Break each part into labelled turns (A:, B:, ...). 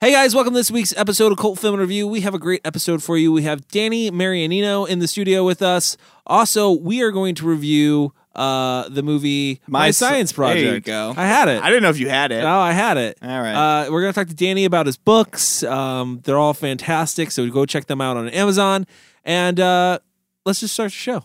A: Hey guys, welcome to this week's episode of Cult Film and Review. We have a great episode for you. We have Danny Marianino in the studio with us. Also, we are going to review uh, the movie My,
B: My Sci-
A: Science Project.
B: There you go.
A: I had it.
B: I didn't know if you had it.
A: No, I had it.
B: All right.
A: Uh, we're going to talk to Danny about his books. Um, they're all fantastic, so go check them out on Amazon. And uh, let's just start the show.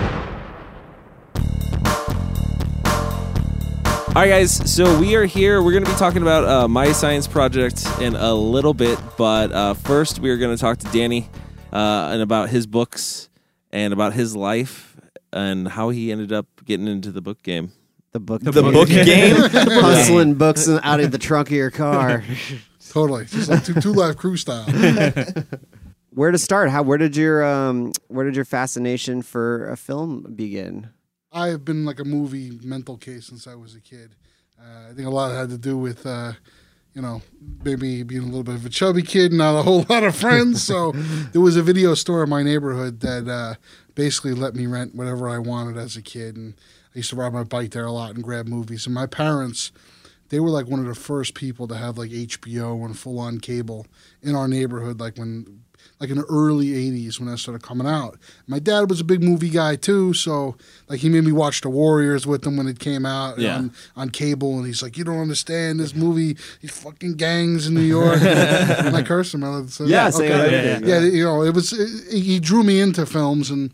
A: All right, guys. So we are here. We're going to be talking about uh, my science project in a little bit, but uh, first we are going to talk to Danny uh, and about his books and about his life and how he ended up getting into the book game.
C: The book.
B: The book game?
C: Hustling books in- out of the trunk of your car.
D: Totally, just like two, two live crew style.
C: Where to start? How? Where did your um? Where did your fascination for a film begin?
D: I have been like a movie mental case since I was a kid. Uh, I think a lot had to do with, uh, you know, maybe being a little bit of a chubby kid, not a whole lot of friends. So there was a video store in my neighborhood that uh, basically let me rent whatever I wanted as a kid, and I used to ride my bike there a lot and grab movies. And my parents, they were like one of the first people to have like HBO and full on cable in our neighborhood, like when like in the early '80s when that started coming out. My dad was a big movie guy too, so like he made me watch The Warriors with him when it came out
A: Yeah.
D: on, on cable, and he's like, "You don't understand this movie. These fucking gangs in New York." and I cursed him. I was like,
C: Yeah, say
D: yeah,
C: anything.
D: you know, it was it, he drew me into films and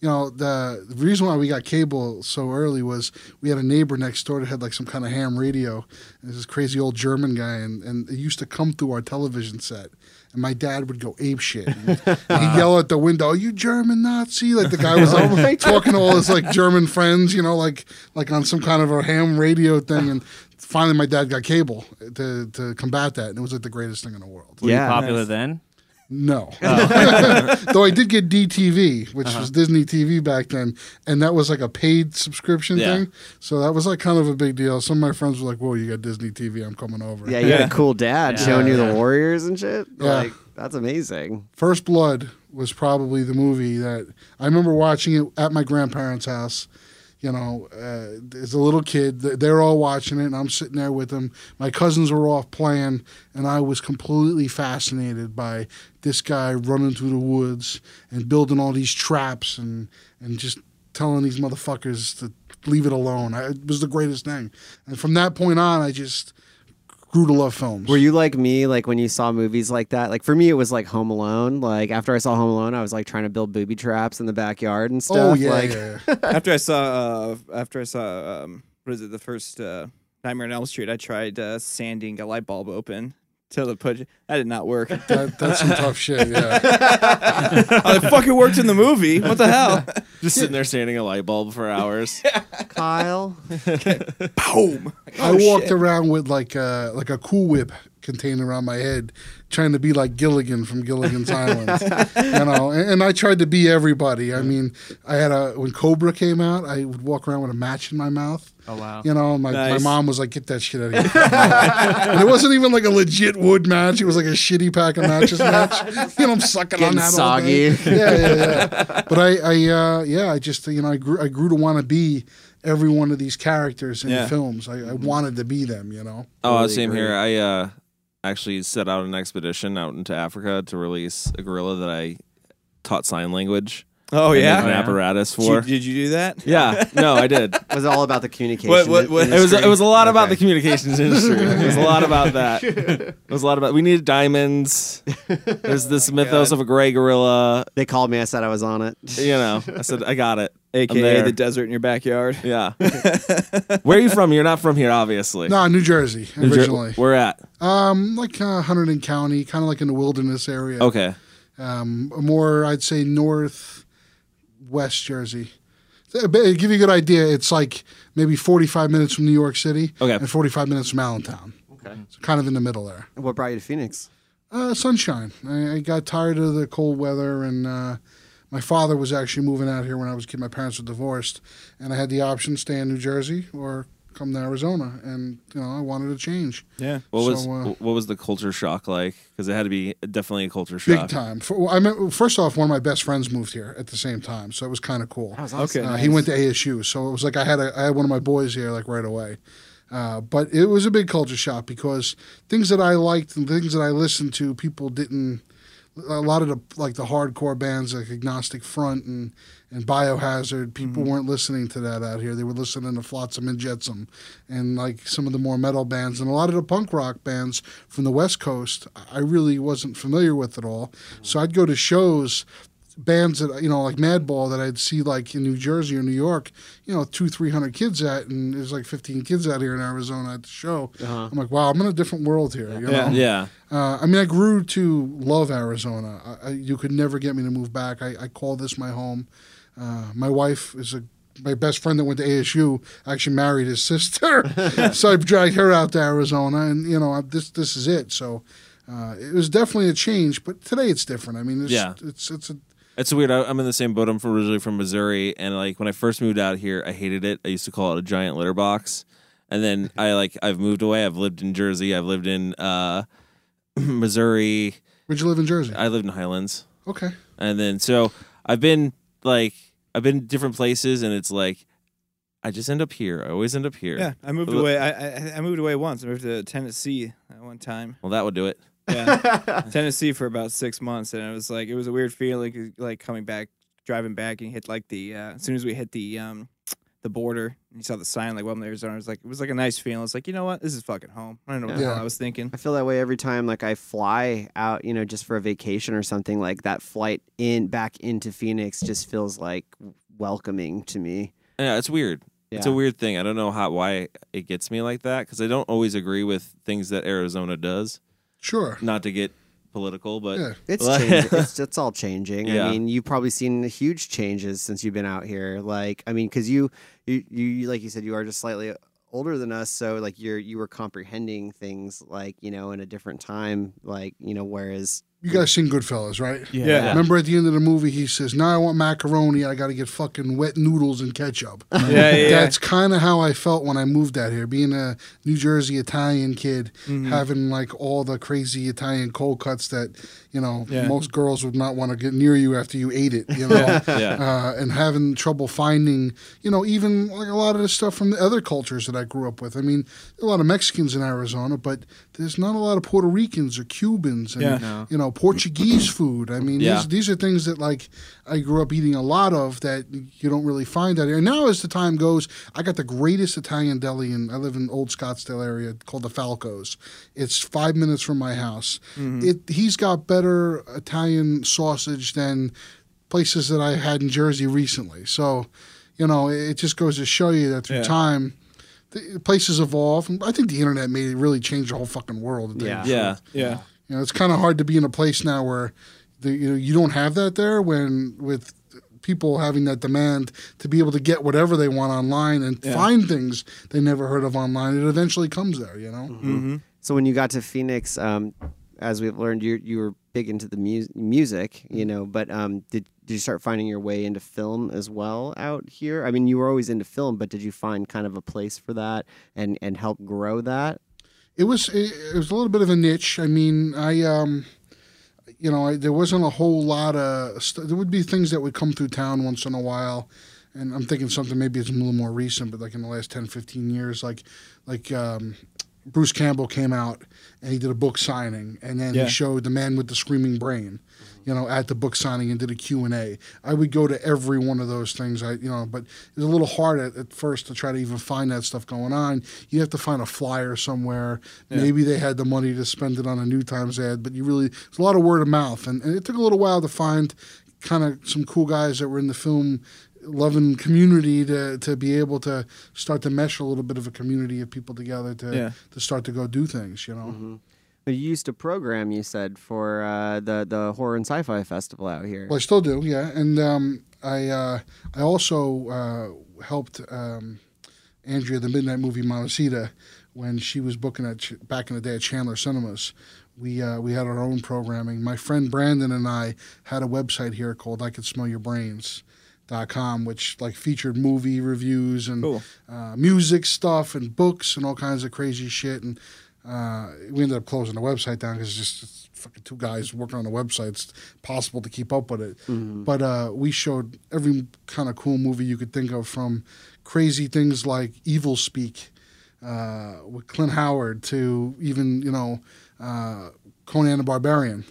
D: you know, the, the reason why we got cable so early was we had a neighbor next door that had like some kind of ham radio. And this crazy old German guy, and, and it used to come through our television set. And my dad would go ape shit. And he'd yell out the window, "Are you German Nazi?" Like the guy was like talking to all his like German friends, you know, like like on some kind of a ham radio thing. And finally, my dad got cable to to combat that, and it was like the greatest thing in the world.
C: yeah.
E: popular then?
D: No. Though I did get DTV, which was Disney TV back then, and that was like a paid subscription
A: Yeah.
D: thing. So that was like kind of a big deal. Some of my friends were like, "Whoa, you got Disney TV? I'm coming over."
C: Yeah, you had a cool dad showing you the Warriors and shit.
D: Yeah.
C: Like that's amazing.
D: First Blood was probably the movie that I remember watching it at my grandparents' house. You know, uh, as a little kid, th- they're all watching it, and I'm sitting there with them. My cousins were off playing, and I was completely fascinated by this guy running through the woods and building all these traps and and just telling these motherfuckers to leave it alone. I, it was the greatest thing. And from that point on, I just grew to love films.
C: Were you like me? Like when you saw movies like that? Like for me, it was like Home Alone. Like after I saw Home Alone, I was like trying to build booby traps in the backyard and stuff.
D: Oh yeah,
C: like,
D: yeah, yeah.
B: after I saw, uh, after I saw, um, what is it? The first uh, Nightmare on Elm Street. I tried uh, sanding a light bulb open till the put. That did not work. oh,
D: That, that's some tough shit. Yeah.
B: it fucking worked in the movie. What the hell?
A: Just sitting there standing a light bulb for hours.
C: Kyle.
B: Boom.
D: I walked around with like a like a Cool Whip contained around my head, trying to be like Gilligan from Gilligan's Island, you know. And, and I tried to be everybody. I mean, I had a when Cobra came out, I would walk around with a match in my mouth. Oh wow! You know, my,
B: Nice.
D: my mom was like, "Get that shit out of here!" and it wasn't even like a legit wood match. It was like a shitty pack of matches match. You know, I'm sucking on
C: Getting
D: that all day
C: soggy.
D: yeah, yeah, yeah. But I, I, uh, yeah, I just, you know, I grew, I grew to want to be every one of these characters in
B: Yeah.
D: films. I, I wanted to be them, you know.
A: Oh, same here. I uh, actually set out an expedition out into Africa to release a gorilla that I taught sign language.
B: Oh
A: and an
B: yeah.
A: apparatus
B: Did
A: for.
B: you, did you do that?
A: yeah, no, I did.
C: Was it all about the communication?
B: What- what- what-
A: It was it was a lot about
C: Okay.
A: the communications industry. It was a lot about that. It was a lot about we needed diamonds. There's this
B: Oh
A: mythos of a gray gorilla.
C: They called me. I said I was on it.
A: You know, I said I got it. I'm
B: AKA
A: there.
B: the desert in your backyard.
A: yeah. Where are you from? You're not from here, obviously.
D: No, New Jersey
A: New Jer-
D: originally.
A: Where at?
D: um, like uh, Hunterdon County, kind of like in the wilderness area.
A: Okay.
D: Um, more, I'd say north west Jersey. Uh, but To give you a good idea, it's like maybe 45 minutes from New York City
A: Okay.
D: and 45 minutes from Allentown. Okay. So kind of in the middle there.
C: What brought you to Phoenix?
D: Uh, sunshine. I, I got tired of the cold weather, and uh, My father was actually moving out here when I was a kid. My parents were divorced, and I had the option stay in New Jersey or come to Arizona. And you know, I wanted a change.
B: Yeah.
A: What was
D: So, uh,
A: wh- what was the culture shock like? Because it had to be definitely a culture
D: Big
A: shock.
D: time. For, well, I mean, first off, one of my best friends moved here at the same time, so it was kind of cool.
B: Okay.
D: Uh, he went to ASU, so it was like I had a, I had one of my boys here like right away. Uh, but it was a big culture shock because things that I liked and things that I listened to, people didn't. A lot of the like the hardcore bands like Agnostic Front and and Biohazard, people
B: Mm-hmm.
D: weren't listening to that out here. They were listening to Flotsam and Jetsam, and like some of the more metal bands and a lot of the punk rock bands from the West Coast. I really wasn't familiar with at all. So I'd go to shows bands that you know like Madball that I'd see like in New Jersey or New York, you know, two three hundred kids at, and there's like fifteen kids out here in Arizona at the show. I'm like, wow, I'm in a different world here. You know?
B: Uh-huh.
A: Yeah.
B: Yeah.
D: Uh, I mean, I grew to love Arizona. I, I, you could never get me to move back. I, I call this my home. Uh, my wife is a my best friend that went to ASU actually married his sister, so I dragged her out to Arizona, and you know I, this this is it. So uh, it was definitely a change, but today it's different. I mean, it's
A: Yeah.
D: it's it's a
A: It's weird. I, I'm in the same boat. I'm from, originally from Missouri, and like when I first moved out here, I hated it. I used to call it a giant litter box, and then I like I've moved away. I've lived in Jersey. I've lived in uh, Missouri.
D: Where'd you live in Jersey?
B: Uh,
A: I lived in Highlands,
D: okay.
A: and then so I've been like I've been different places, and it's like I just end up here. I always end up here.
B: Yeah, I moved
A: Well,
B: away. I, I I moved away once. I moved to Tennessee at one time.
A: Well, that would do it.
B: Yeah, Tennessee for about six months, and it was like it was a weird feeling, like coming back, driving back, and hit like the uh, as soon as we hit the um the border, and you saw the sign like "Welcome to Arizona." It was like it was like a nice feeling. It's like you know what, this is fucking home. I don't know what the
D: Yeah.
B: hell I was thinking.
C: I feel that way every time like I fly out, you know, just for a vacation or something like that flight in back into Phoenix just feels like welcoming to me.
A: Yeah, it's weird. It's a
C: Yeah.
A: weird thing. I don't know how why it gets me like that because I don't always agree with things that Arizona does.
D: Sure.
A: Not to get political, but
D: Yeah.
C: It's
A: Well,
C: changing. it's, it's all changing.
A: Yeah.
C: I mean, you've probably seen huge changes since you've been out here. Like, I mean, because you, you, you, like you said, you are just slightly uh, older than us, so like you're you were comprehending things like you know in a different time. Like you know, whereas
D: You guys seen Goodfellas, right?
B: Yeah,
D: Remember at the end of the movie, he says, "Now I want macaroni. I got to get fucking wet noodles and ketchup."
B: yeah, yeah.
D: That's kind of how I felt when I moved out here, being a New Jersey Italian kid,
B: Mm-hmm.
D: having like all the crazy Italian cold cuts that you know
B: Yeah.
D: most girls would not want to get near you after you ate it. You know,
A: Yeah.
D: uh, and having trouble finding, you know, even like a lot of the stuff from the other cultures that I grew up with. I mean, a lot of Mexicans in Arizona, but there's not a lot of Puerto Ricans or Cubans and,
B: Yeah. No.
D: you know, Portuguese food. I mean,
A: Yeah.
D: these, these are things that like I grew up eating a lot of that you don't really find out here. And now, as the time goes, I got the greatest Italian deli, and I live in Old Scottsdale area called the Falcos. It's five minutes from my house. It he's got better Italian sausage than places that I had in Jersey recently. So, you know, it just goes to show you that through
B: Yeah.
D: time, the places evolve. And I think the internet made it really change the whole fucking world. to tell you
C: Yeah.
D: the
A: yeah.
B: yeah.
D: you know, it's kind of hard to be in a place now where the, you know you don't have that there when with people having that demand to be able to get whatever they want online and find things they never heard of online. It eventually comes there, you know.
C: So when you got to Phoenix, um, as we've learned, you you were big into the mu- music, you know. But um, did did you start finding your way into film as well out here? I mean, you were always into film, but did you find kind of a place for that and and help grow that?
D: It was it, it was a little bit of a niche. I mean, I um, you know, I, there wasn't a whole lot of st- there would be things that would come through town once in a while. And I'm thinking something maybe it's a little more recent, but like in the last 10, 15 years, like like um, Bruce Campbell came out and he did a book signing, and then
B: Yeah.
D: he showed the man with the screaming brain, you know, at the book signing and did a Q and A. I would go to every one of those things, I you know, but it was a little hard at, at first to try to even find that stuff going on. You have to find a flyer somewhere. Maybe they had the money to spend it on a New Times ad, but you really it's a lot of word of mouth, and, and it took a little while to find kind of some cool guys that were in the film loving community to, to be able to start to mesh a little bit of a community of people together to
B: Yeah.
D: to start to go do things you know
C: You used to program, you said, for uh, the the horror and sci-fi festival out here.
D: well i still do yeah and um, i uh, i also uh, helped um, andrea the midnight movie montecita when she was booking at Ch- back in the day at chandler cinemas we uh, we had our own programming. My friend Brandon and I had a website here called I Could Smell Your Brains. Dot com, which like featured movie reviews and
B: Cool.
D: uh, music stuff and books and all kinds of crazy shit. And uh, we ended up closing the website down because it's just it's fucking two guys working on a website. It's possible to keep up with it. But uh, we showed every kind of cool movie you could think of from crazy things like Evil Speak uh, with Clint Howard to even, you know, uh, Conan the Barbarian.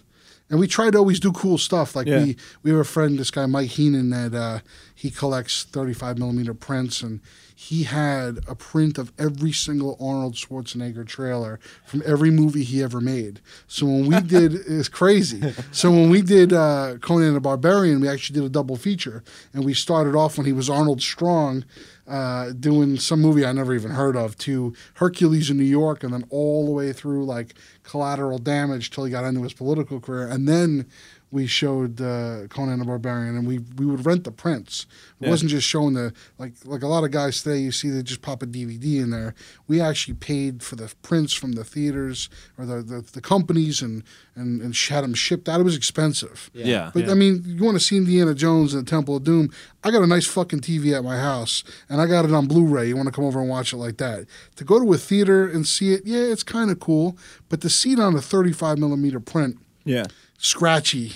D: And we try to always do cool stuff. Like
B: Yeah.
D: we, we have a friend, this guy Mike Heenan, that uh, he collects 35 millimeter prints, and he had a print of every single Arnold Schwarzenegger trailer from every movie he ever made. So when we did, it's crazy. So when we did uh, Conan the Barbarian, we actually did a double feature, and we started off when he was Arnold Strong. Uh, doing some movie I never even heard of to Hercules in New York, and then all the way through like collateral damage till he got into his political career, and then we showed uh, Conan the Barbarian, and we we would rent the prints. It wasn't just showing the like like a lot of guys today. You see they just pop a DVD in there. We actually paid for the prints from the theaters or the the, the companies and and and had them shipped out. It was expensive.
A: Yeah.
D: But I mean, you want to see Indiana Jones and the Temple of Doom? I got a nice fucking TV at my house, and I got it on Blu-ray. You want to come over and watch it like that? To go to a theater and see it, yeah, it's kind of cool. But to see it on a 35 millimeter print,
B: Yeah.
D: scratchy,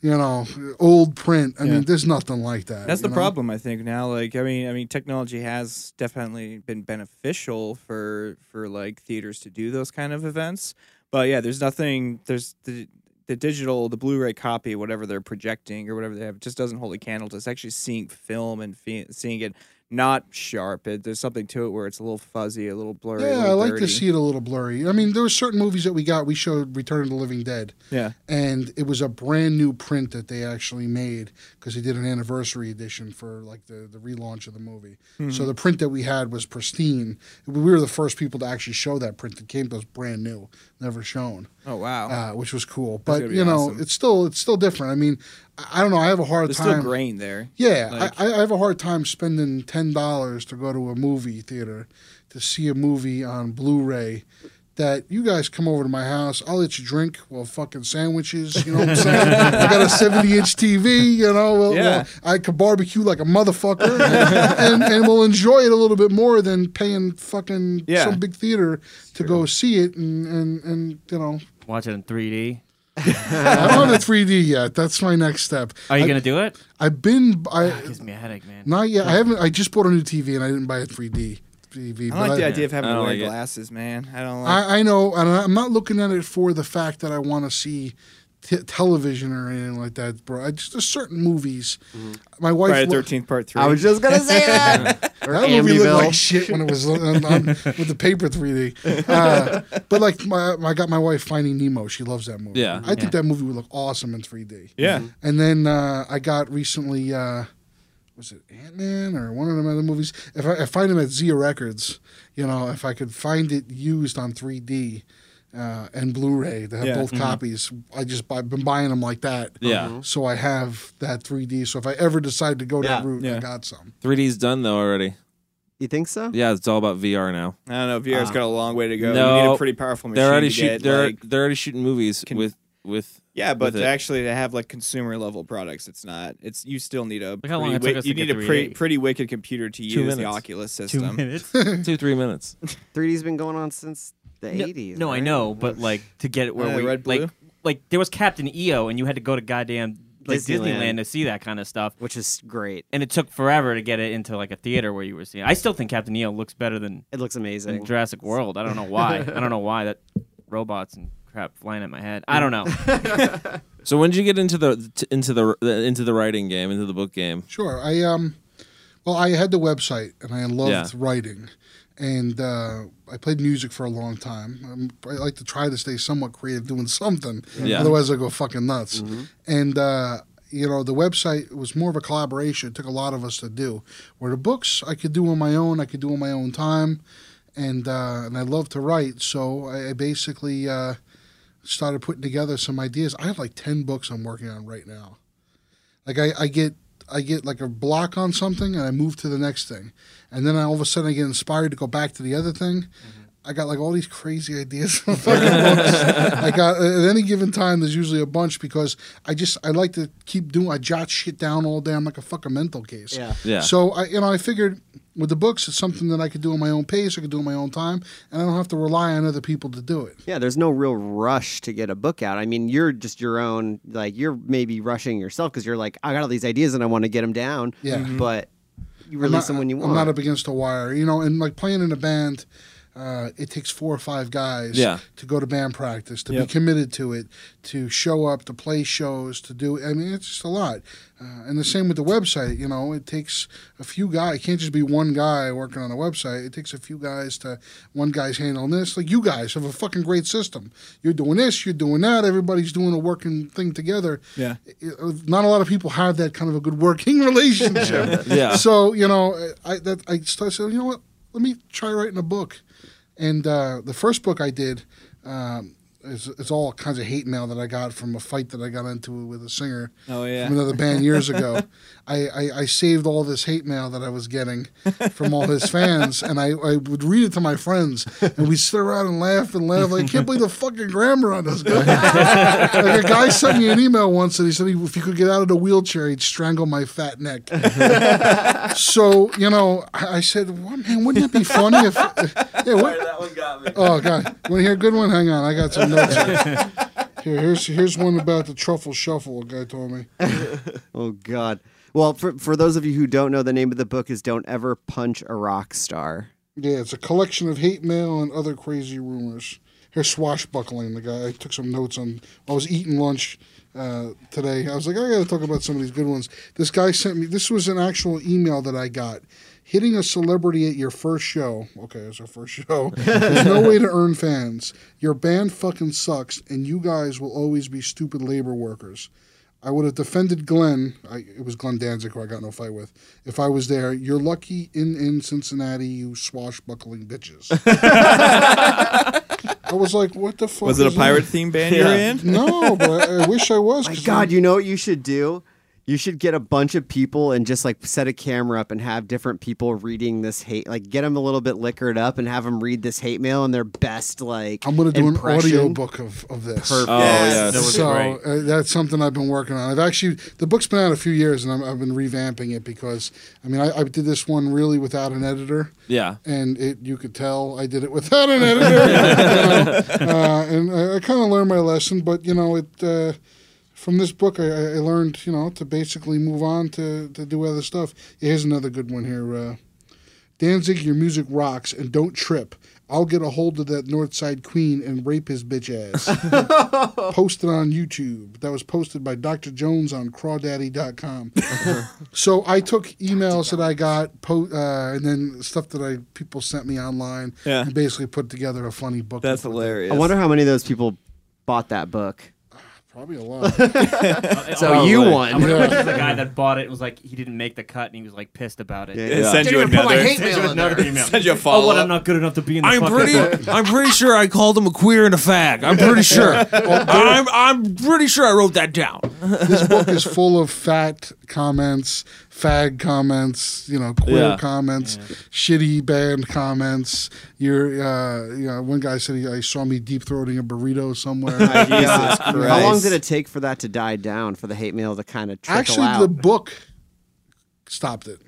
D: you know, old print. I
B: Yeah.
D: mean, there's nothing like that.
B: That's
D: you
B: the
D: know?
B: problem, I think. Now, like, I mean, I mean, technology has definitely been beneficial for for like theaters to do those kind of events. But yeah, there's nothing. There's the the digital, the Blu-ray copy, whatever they're projecting or whatever they have, just doesn't hold a candle to. It's actually seeing film and fe- seeing it not sharp. It, there's something to it where it's a little fuzzy, a little blurry. a
D: Yeah, I
B: little
D: like to
B: dirty.
D: see it a little blurry. I mean, there were certain movies that we got. We showed Return of the Living Dead,
B: Yeah,
D: and it was a brand new print that they actually made because they did an anniversary edition for like the, the relaunch of the movie.
B: Hmm.
D: So the print that we had was pristine. We were the first people to actually show that print that came to us brand new, never shown.
B: Oh wow.
D: Uh, which was cool, but
B: gonna be
D: you know,
B: awesome.
D: it's still it's still different. I mean, I, I don't know. I have a hard
B: there's
D: time.
B: still grain there.
D: Yeah,
B: Like-
D: I, I have a hard time spending ten dollars to go to a movie theater to see a movie on Blu-ray. That you guys come over to my house, I'll let you drink. Well, fucking sandwiches, you know what I'm saying? I got a 70 inch TV, you know. We'll,
B: Yeah.
D: we'll- I could barbecue like a motherfucker, and, and we'll enjoy it a little bit more than paying fucking
B: Yeah.
D: some big theater to go see it and and and you know.
E: Watch it in 3D.
D: I don't have a 3D yet. That's my next step.
E: Are you
D: I-
E: gonna do it?
D: I've been I
E: Gives me a headache, man.
D: Not yet. I haven't. I just bought a new TV and I didn't buy a 3D TV.
B: I
D: but
B: don't like the idea of having
A: I
B: to
A: don't
B: wear
A: like it.
B: glasses, man. I don't like.
D: I, I know, and I'm not looking at it for the fact that I want to see t- television or anything like that, bro. I just there's certain movies. My wife.
B: Mm-hmm. Friday
D: lo-
B: Thirteenth Part Three.
C: I was just gonna say that. or
D: that movie looked
C: Amityville.
D: like shit when it was on, on, with the paper 3D. Uh, but like, my, I got my wife Finding Nemo. She loves that movie.
A: Yeah.
D: I think that movie would look awesome in 3D.
A: Mm-hmm.
B: yeah.
D: And then uh, I got recently, uh, was it Ant Man or one of them other movies? If I, I find them at Zia Records, you know, if I could find it used on 3D uh, and Blu-ray, they have
B: Yeah.
D: both copies. I just buy, been buying them like that.
A: Yeah. Mhm.
D: So I have that 3D. So if I ever decide to go that
C: Yeah.
D: route,
B: Yeah.
D: I got some.
A: 3D's done though already.
C: You think so?
A: Yeah, it's all about VR now.
B: I don't know. VR's got a long way to go. you need
A: Ah. No.
B: a pretty powerful machine.
A: They're already
B: to
A: shoot.
B: get,
A: they're
B: like-
A: they're already shooting movies
B: Can-
A: with with.
B: yeah, but
A: with
B: to
A: it.
B: actually to have like consumer level products, it's not. It's you still need a
E: how long it
B: pretty
E: took
B: wick-
E: us to
B: you
E: get
B: need a
E: to
B: pretty
E: 3D.
B: pretty wicked computer to use the
A: minutes.
B: Oculus
E: Two
B: system.
E: minutes.
A: two three minutes.
C: 3D's been going on since the 80s.
E: No, I
C: right?
E: know, but like to get it where
B: Uh,
E: we
B: red, blue?
E: like like there was Captain EO, and you had to go to goddamn like Disneyland,
C: Disneyland.
E: to see that kind of stuff,
C: Which is great.
E: and it took forever to get it into like a theater where you were seeing. It. I still think Captain EO looks better than,
C: It looks
E: than
C: amazing.
E: Jurassic World. I don't know why. I don't know why that robots and crap flying at my head. I don't know.
A: So when did you get into the t- into the into the writing game, into the book game?
D: Sure. I um, well, I had the website and I loved
A: Yeah.
D: writing, and uh, I played music for a long time. Um, I like to try to stay somewhat creative, doing something.
A: Yeah. Mm-hmm.
D: Otherwise, I go fucking nuts. And uh, you know, the website was more of a collaboration. It took a lot of us to do. Where the books I could do on my own, I could do on my own time, and uh, and I love to write. So I, I basically. Uh, started putting together some ideas. I have like ten books I'm working on right now. Like I, I get I get like a block on something and I move to the next thing. And then I, all of a sudden I get inspired to go back to the other thing. I got like all these crazy ideas from fucking books. I got at any given time there's usually a bunch because I just I like to keep doing I jot shit down all day. I'm like a fucking mental case.
C: Yeah.
A: Yeah.
D: So I you know I figured with the books it's something that I could do on my own pace, I could do on my own time, and I don't have to rely on other people to do it.
C: Yeah, there's no real rush to get a book out. I mean, you're just your own, like, you're maybe rushing yourself because you're like, I got all these ideas and I want to get them down.
D: Yeah. Mhm.
C: But you
D: I'm
C: release
D: not-
C: them when you want.
D: I'm not up against a wire, you know, and like playing in a band. Uh, it takes four or five guys
A: Yeah.
D: to go to band practice, to be committed to it, to show up, to play shows, to do. I mean, it's just a lot. Uh, and the same with the website. You know, it takes a few guys. It can't just be one guy working on a website. It takes a few guys to one guy's handling this. Like you guys have a fucking great system. You're doing this. You're doing that. Everybody's doing a working thing together.
B: Yeah.
D: It- it- not a lot of people have that kind of a good working relationship.
A: Yeah.
D: So you know, I that I started saying, you know what? Let me try writing a book. And uh, the first book I did um, is, is all kinds of hate mail that I got from a fight that I got into with a singer
B: Oh, yeah.
D: from another band years ago. I, I, I saved all this hate mail that I was getting from all his fans, and I, I would read it to my friends, and we'd sit around and laugh and laugh. Like, I can't believe the fucking grammar on this guy. like, a guy sent me an email once, and he said he, if he could get out of the wheelchair, he'd strangle my fat neck. so, you know, I, I said, well, man, wouldn't that be funny if. yeah, what,
A: That one got me.
D: Oh god, want to hear a good one? Hang on, I got some notes. Here. Here, here's here's one about the truffle shuffle. A guy told me.
C: Oh God. Well, for for those of you who don't know, the name of the book is "Don't Ever Punch a Rock Star."
D: Yeah, it's a collection of hate mail and other crazy rumors. Here's swashbuckling. The guy I took some notes on. I was eating lunch uh, today. I was like, I got to talk about some of these good ones. This guy sent me. This was an actual email that I got. Hitting a celebrity at your first show. Okay, it's our first show. There's no way to earn fans. Your band fucking sucks, and you guys will always be stupid labor workers. I would have defended Glenn. I, it was Glenn Danzig who I got in a fight with. If I was there, you're lucky in in Cincinnati, you swashbuckling bitches. I was like, what the fuck?
B: Was it a
D: is
B: pirate themed band you were in?
D: that? No, but I, I wish I was.
C: My
D: 'cause
C: God,
D: then-
C: you know what you should do? You should get a bunch of people and just like set a camera up and have different people reading this hate. Like get them a little bit liquored up and have them read this hate mail in their best like.
D: I'm gonna do
C: impression.
D: an audio book of of this.
A: Oh
E: Yes.
A: yeah.
E: That was
D: so
E: great.
D: uh, that's something I've been working on. I've actually the book's been out a few years, and I'm, I've been revamping it because I mean I, I did this one really without an editor.
A: Yeah.
D: and it you could tell I did it without an editor. you know? uh, and I, I kind of learned my lesson, but you know, it uh, from this book I, I I learned you know to basically move on to to do other stuff. Here's another good one here. Uh, Danzig, your music rocks, and don't trip. I'll get a hold of that North Side Queen and rape his bitch ass. posted on YouTube. That was posted by Dr. Jones on crawdaddy.com. So I took emails that I got, po- uh, and then stuff that I people sent me online,
B: Yeah.
D: and basically put together a funny book.
B: That's
D: with it.
B: hilarious.
C: I wonder how many of those people bought that book.
D: probably a lot.
C: So you
E: Probably.
C: won.
E: I wonder which is the guy that bought it was like he didn't make the cut and he was like pissed about it.
C: Yeah.
B: It sent
F: Didn't
B: you
F: even put my
B: another.
F: hate mail in there.
E: email.
B: Send you a
E: Oh, what?
B: follow-up.
E: I'm not good enough to be in the
A: I'm
E: fucking
A: pretty.
E: book.
A: I'm pretty sure I called him a queer and a fag. I'm pretty sure. I'm. I'm pretty sure I wrote that down.
D: this book is full of fat comments, fag comments, you know, queer
A: Yeah.
D: comments, shitty band comments. Your, uh, you know, one guy said he, I saw me deep throating a burrito somewhere.
C: Jesus How long
B: Christ.
C: did it take for that to die down? For the hate mail to kind of trickle
D: Actually,
C: out?
D: the book stopped it.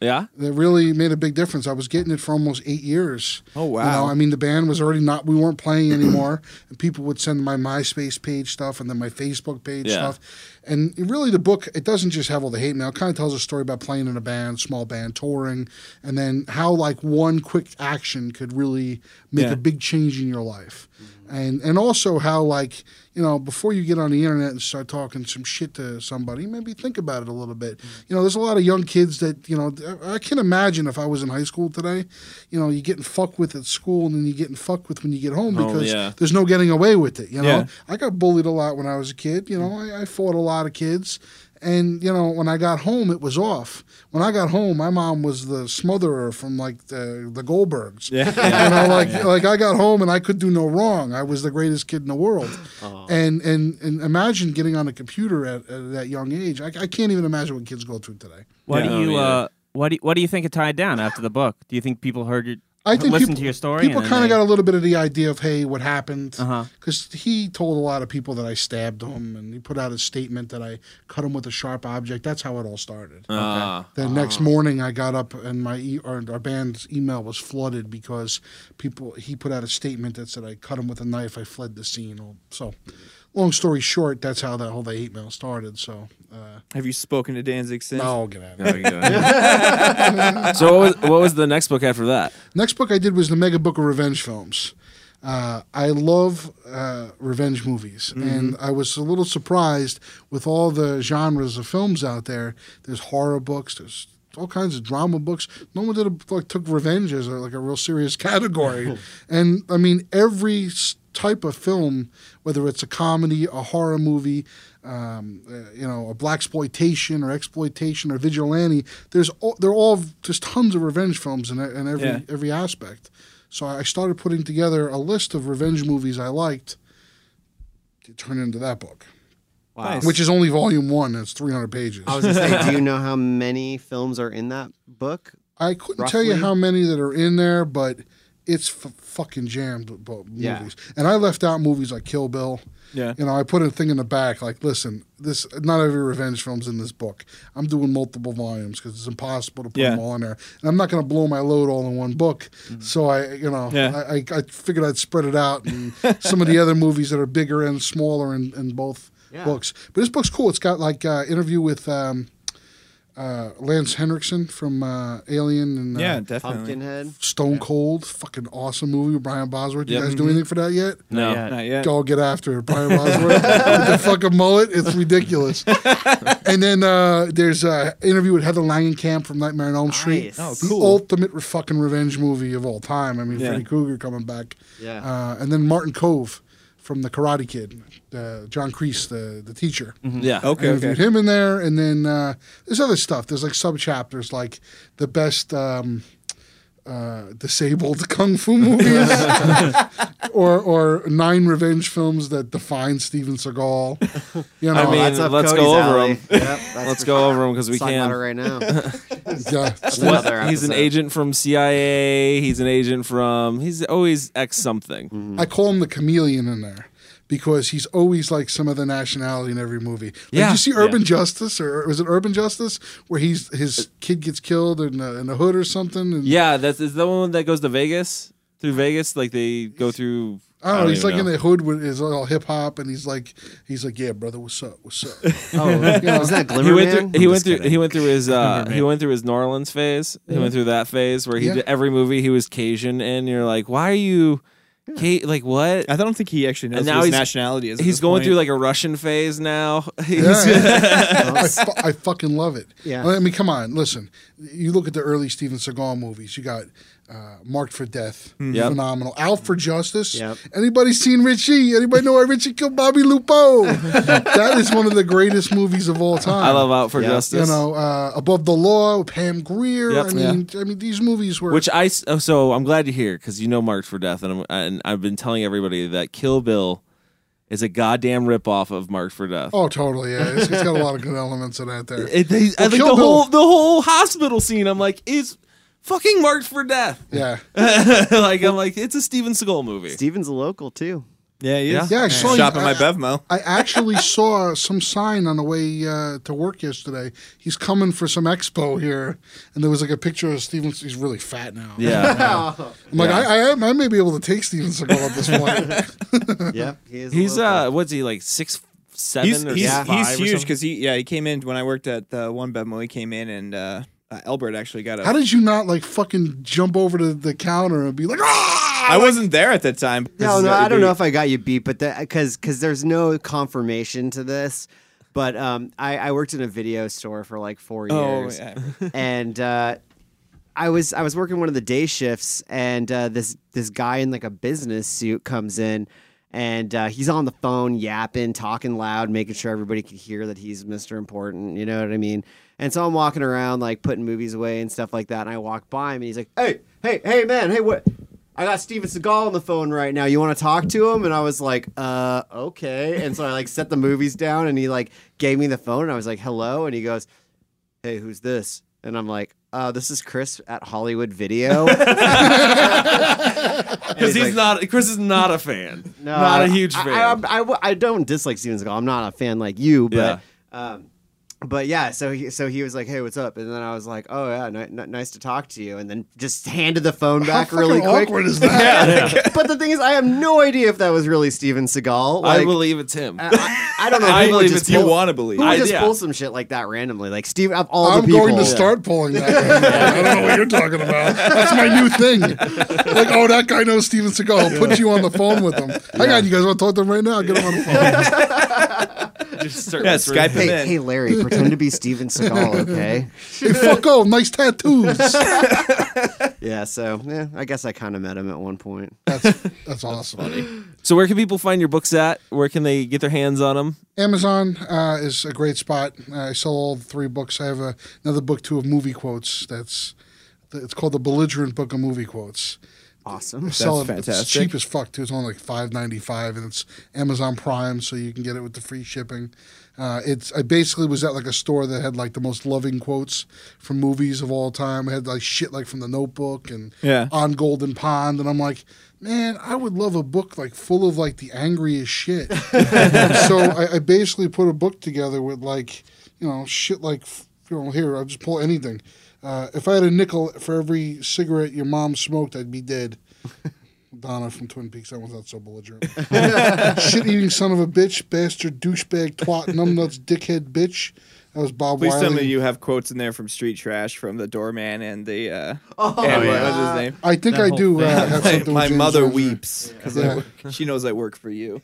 A: Yeah.
D: that really made a big difference. I was getting it for almost eight years.
B: Oh,
D: You
B: wow.
D: know, I mean, the band was already not. We weren't playing anymore, and people would send my MySpace page stuff and then my Facebook page
A: Yeah.
D: stuff. And really, the book it doesn't just have all the hate mail. It kind of tells a story about playing in a band, small band touring, and then how like one quick action could really make
B: Yeah.
D: a big change in your life. And and also how like you know before you get on the internet and start talking some shit to somebody, maybe think about it a little bit. You know, there's a lot of young kids that you know I I can imagine if I was in high school today, you know, you getting fucked with at school and then you getting fucked with when you get home because
A: yeah.
D: there's no getting away with it. You know,
B: Yeah.
D: I got bullied a lot when I was a kid. You know, I, I fought a lot of kids. And you know, when I got home, it was off. When I got home, my mom was the smotherer from like the, the Goldbergs. Yeah, you know, like like I got home and I could do no wrong. I was the greatest kid in the world. And and and imagine getting on a computer at, at that young age. I, I can't even imagine what kids go through today.
E: Why
A: Yeah.
E: do you?
A: Yeah.
E: Uh, what do you, What do you think it tied down after the book? Do you think people heard your
D: I think
E: Listen
D: people,
E: to your story and
D: People
E: then
D: kind
E: they-
D: of got a little bit of the idea of hey, what happened?
E: Uh-huh.
D: Because he told a lot of people that I stabbed him, and he put out a statement that I cut him with a sharp object. That's how it all started.
A: Ah.
D: The next morning, I got up and my e- or our band's email was flooded because people he put out a statement that said I cut him with a knife. I fled the scene. Or- So, long story short, that's how that whole the hate mail started. So, uh,
B: Have you spoken to Danzig since?
D: I'll get out of it.
A: so what was, what was the next book after that?
D: Next book I did was the Mega Book of Revenge films. Uh, I love uh, revenge movies, and I was a little surprised with all the genres of films out there. There's horror books. There's all kinds of drama books. No one did a, like took revenge as a, like a real serious category, and I mean every s- type of film, whether it's a comedy, a horror movie, um, uh, you know, a black exploitation or exploitation or vigilante. There's all, they're all just tons of revenge films in, e- in every
B: Yeah.
D: every aspect. So I started putting together a list of revenge movies I liked. It turned into that book,
B: Nice.
D: which is only volume one. That's 300 pages.
C: I was gonna say, do you know how many films are in that book?
D: I couldn't tell you
C: Roughly?
D: how many that are in there, but it's f- fucking jammed with bo- movies.
C: Yeah.
D: And I left out movies like Kill Bill.
B: Yeah.
D: You know, I put a thing in the back like, listen, this not every revenge film's in this book. I'm doing multiple volumes because it's impossible to put
B: Yeah. Mm.
D: them all in there, and I'm not going to blow my load all in one book. So I, you know,
B: Yeah.
D: I, I, I figured I'd spread it out and some of the other movies that are bigger and smaller in, in both
C: Yeah.
D: books. But this book's cool. It's got like uh, interview with. Um, uh, Lance Henriksen from uh, Alien and uh,
B: yeah, definitely.
C: Pumpkinhead.
D: Stone Cold, fucking awesome movie with Brian Bosworth. You
A: Yep.
D: guys do anything for that yet?
A: No.
E: Yeah.
B: Not yet.
D: Go get after it, Brian Bosworth. With the fucking mullet, it's ridiculous. and then uh, there's an interview with Heather Langenkamp from Nightmare on Elm Street.
C: Nice. Oh,
D: the
B: cool.
D: ultimate re- fucking revenge movie of all time. I mean,
B: Yeah.
D: Freddy Krueger coming back.
C: Yeah.
D: Uh, and then Martin Cove from The Karate Kid, uh, John Kreese, the, the teacher.
B: Mm-hmm.
A: Yeah.
B: Okay,
D: I
B: okay.
D: interviewed him in there, and then uh, there's other stuff. There's like sub chapters, like the best um, uh, disabled kung fu movies, or or nine revenge films that define Steven Seagal. You know,
A: I mean,
C: That's up
A: let's
C: Cody's
A: go over
C: alley.
A: them.
C: Yep, that's
A: Let's
C: for
A: go
C: sure.
A: over them because we
C: Let's talk about it
A: can.
C: right now.
D: yeah.
C: That's
A: What?
C: another
A: He's an
C: episode.
A: agent from CIA. He's an agent from. He's always X something.
D: I call him the chameleon in there. Because he's always like some other nationality in every movie. Like,
A: Yeah.
D: you see Urban Justice, or was it Urban Justice, where he's his kid gets killed in the, in the hood or something? And
A: Yeah, that's is the one that goes to Vegas through Vegas. Like they go through.
D: I don't know. Oh, He's
A: even
D: like in
A: know.
D: the hood with his all hip hop, and he's like, he's like, yeah, brother, what's up? What's up?
C: Oh, was that Glimmer
A: He went
C: Man?
A: through. He went through. He went through his. Uh, he went through his New Orleans phase. He went through that phase where he
D: Yeah.
A: did every movie he was Cajun in. You're like, why are you, Ca- Like what?
B: I don't think he actually knows
A: And now
B: what his
A: he's-
B: nationality is. at
A: He's
B: this
A: going
B: point.
A: through like a Russian phase now. He's-
D: Yeah. I, fu- I fucking love it.
C: Yeah.
D: I mean, come on, listen. You look at the early Steven Seagal movies. You got uh, Marked for Death,
A: Hmm. Yep.
D: phenomenal. Out for Justice.
C: Yep.
D: Anybody seen Richie? Anybody know why Richie killed Bobby Lupo? that is one of the greatest movies of all time.
A: I love Out for
C: Yeah.
A: Justice.
D: You know, uh, Above the Law, Pam Greer.
A: Yep.
D: I mean, I mean, these movies were
A: Which I s- oh, so I'm glad to hear because you know marked for death, and I'm and I've been telling everybody that Kill Bill is a goddamn ripoff of Marked for Death.
D: Oh, totally. Yeah, it's, it's got a lot of good elements in that there.
A: It- they- I
D: Well,
A: think
D: Kill
A: the
D: Bill-
A: whole the whole hospital scene. I'm like, is fucking marked for death.
D: yeah.
A: like I'm like, it's a Steven Seagal movie.
C: Steven's a local too.
B: Yeah, he is.
D: Yeah, I saw you-
B: Shopping my
D: I-
B: Bevmo.
D: I actually saw some sign on the way uh, to work yesterday. He's coming for some expo here, and there was like a picture of Steven. He's really fat now.
A: yeah,
D: I'm like, I, I, am, I may be able to take Steven Seagal at this point.
C: Yep, he is. a
A: he's
C: local.
A: uh, what's he like six seven
B: He's,
A: or
B: he's,
A: five
B: he's
A: or
B: huge
A: something?
B: because he yeah he came in when I worked at the one Bevmo. He came in and uh, uh, Albert actually got a.
D: How did you not like fucking jump over to the counter and be like, ah?
B: I wasn't there at that time.
C: No, no, I don't know if I got you beat, but that because because there's no confirmation to this. But um, I, I worked in a video store for like four
B: Oh,
C: years,
B: yeah.
C: and uh, I was I was working one of the day shifts, and uh, this this guy in like a business suit comes in, and uh, he's on the phone yapping, talking loud, making sure everybody can hear that he's Mister Important. You know what I mean? And so I'm walking around like putting movies away and stuff like that, and I walk by him, and he's like, "Hey, hey, hey, man, hey, what?" I got Steven Seagal on the phone right now. You want to talk to him? And I was like, uh, okay. And so I like set the movies down and he like gave me the phone and I was like, hello. And he goes, hey, who's this? and I'm like, uh, this is Chris at Hollywood Video.
A: Because he's
C: like-
A: not. Chris is not a fan.
C: No,
A: not
C: a
A: a huge fan.
C: I, I, I don't dislike Steven Seagal. I'm not a fan like you, but um, but yeah. So he so he was like, "Hey, what's up?" And then I was like, "Oh yeah, ni- ni- nice to talk to you." And then just handed the phone back
D: How
C: really
D: fucking
C: quick.
D: awkward is that?
C: but the thing is, I have no idea if that was really Steven Seagal.
A: I
C: Like,
A: believe it's him.
C: I, I don't know.
A: I
C: Who would
A: believe
C: just
A: it's you
C: pull-
A: wanna believe.
C: Who would
A: I-
C: just
A: yeah.
C: pull some shit like that randomly? Like Steve, of all the
D: I'm
C: people,
D: going to start pulling that. I don't know what you're talking about. That's my new thing. Like, oh, that guy knows Steven Seagal. I'll put you on the phone with him. I got you guys. want to talk to him right now. I'll get him on the phone.
A: Just start
B: Yeah,
A: whispering.
B: Skype him
C: Hey,
B: in.
C: hey, Larry, pretend to be Steven Seagal, okay?
D: hey, fucko, nice tattoos.
C: Yeah, so yeah, I guess I kind of met him at one point.
D: That's awesome.
A: So where can people find your books at? Where can they get their hands on them?
D: Amazon uh, is a great spot. Uh, I sell all the three books. I have a, another book too of movie quotes. That's it's called the Belligerent Book of Movie Quotes.
C: Awesome.
D: sell it. It's
B: fantastic.
D: cheap as fuck too. It's only like five ninety five, and it's Amazon Prime, so you can get it with the free shipping. Uh, it's I basically was at like a store that had like the most loving quotes from movies of all time. I had like shit like from The Notebook and
B: Yeah.
D: on Golden Pond, and I'm like, man, I would love a book like full of like the angriest shit. so I, I basically put a book together with like you know shit like you know here I'll just pull anything. Uh, if I had a nickel for every cigarette your mom smoked, I'd be dead. Donna from Twin Peaks. That one's not so belligerent. Shit eating son of a bitch, bastard, douchebag, twat, numbnuts, dickhead, bitch. That was Bob
B: Please tell
D: Wiley.
B: me you have quotes in there from Street Trash, from the doorman and the. Uh, oh, and
E: yeah.
B: What's his name?
D: I think I do uh, have
B: My,
D: something.
B: my
D: with James
B: mother
D: Joyce.
B: weeps because
D: Yeah.
B: she knows I work for you.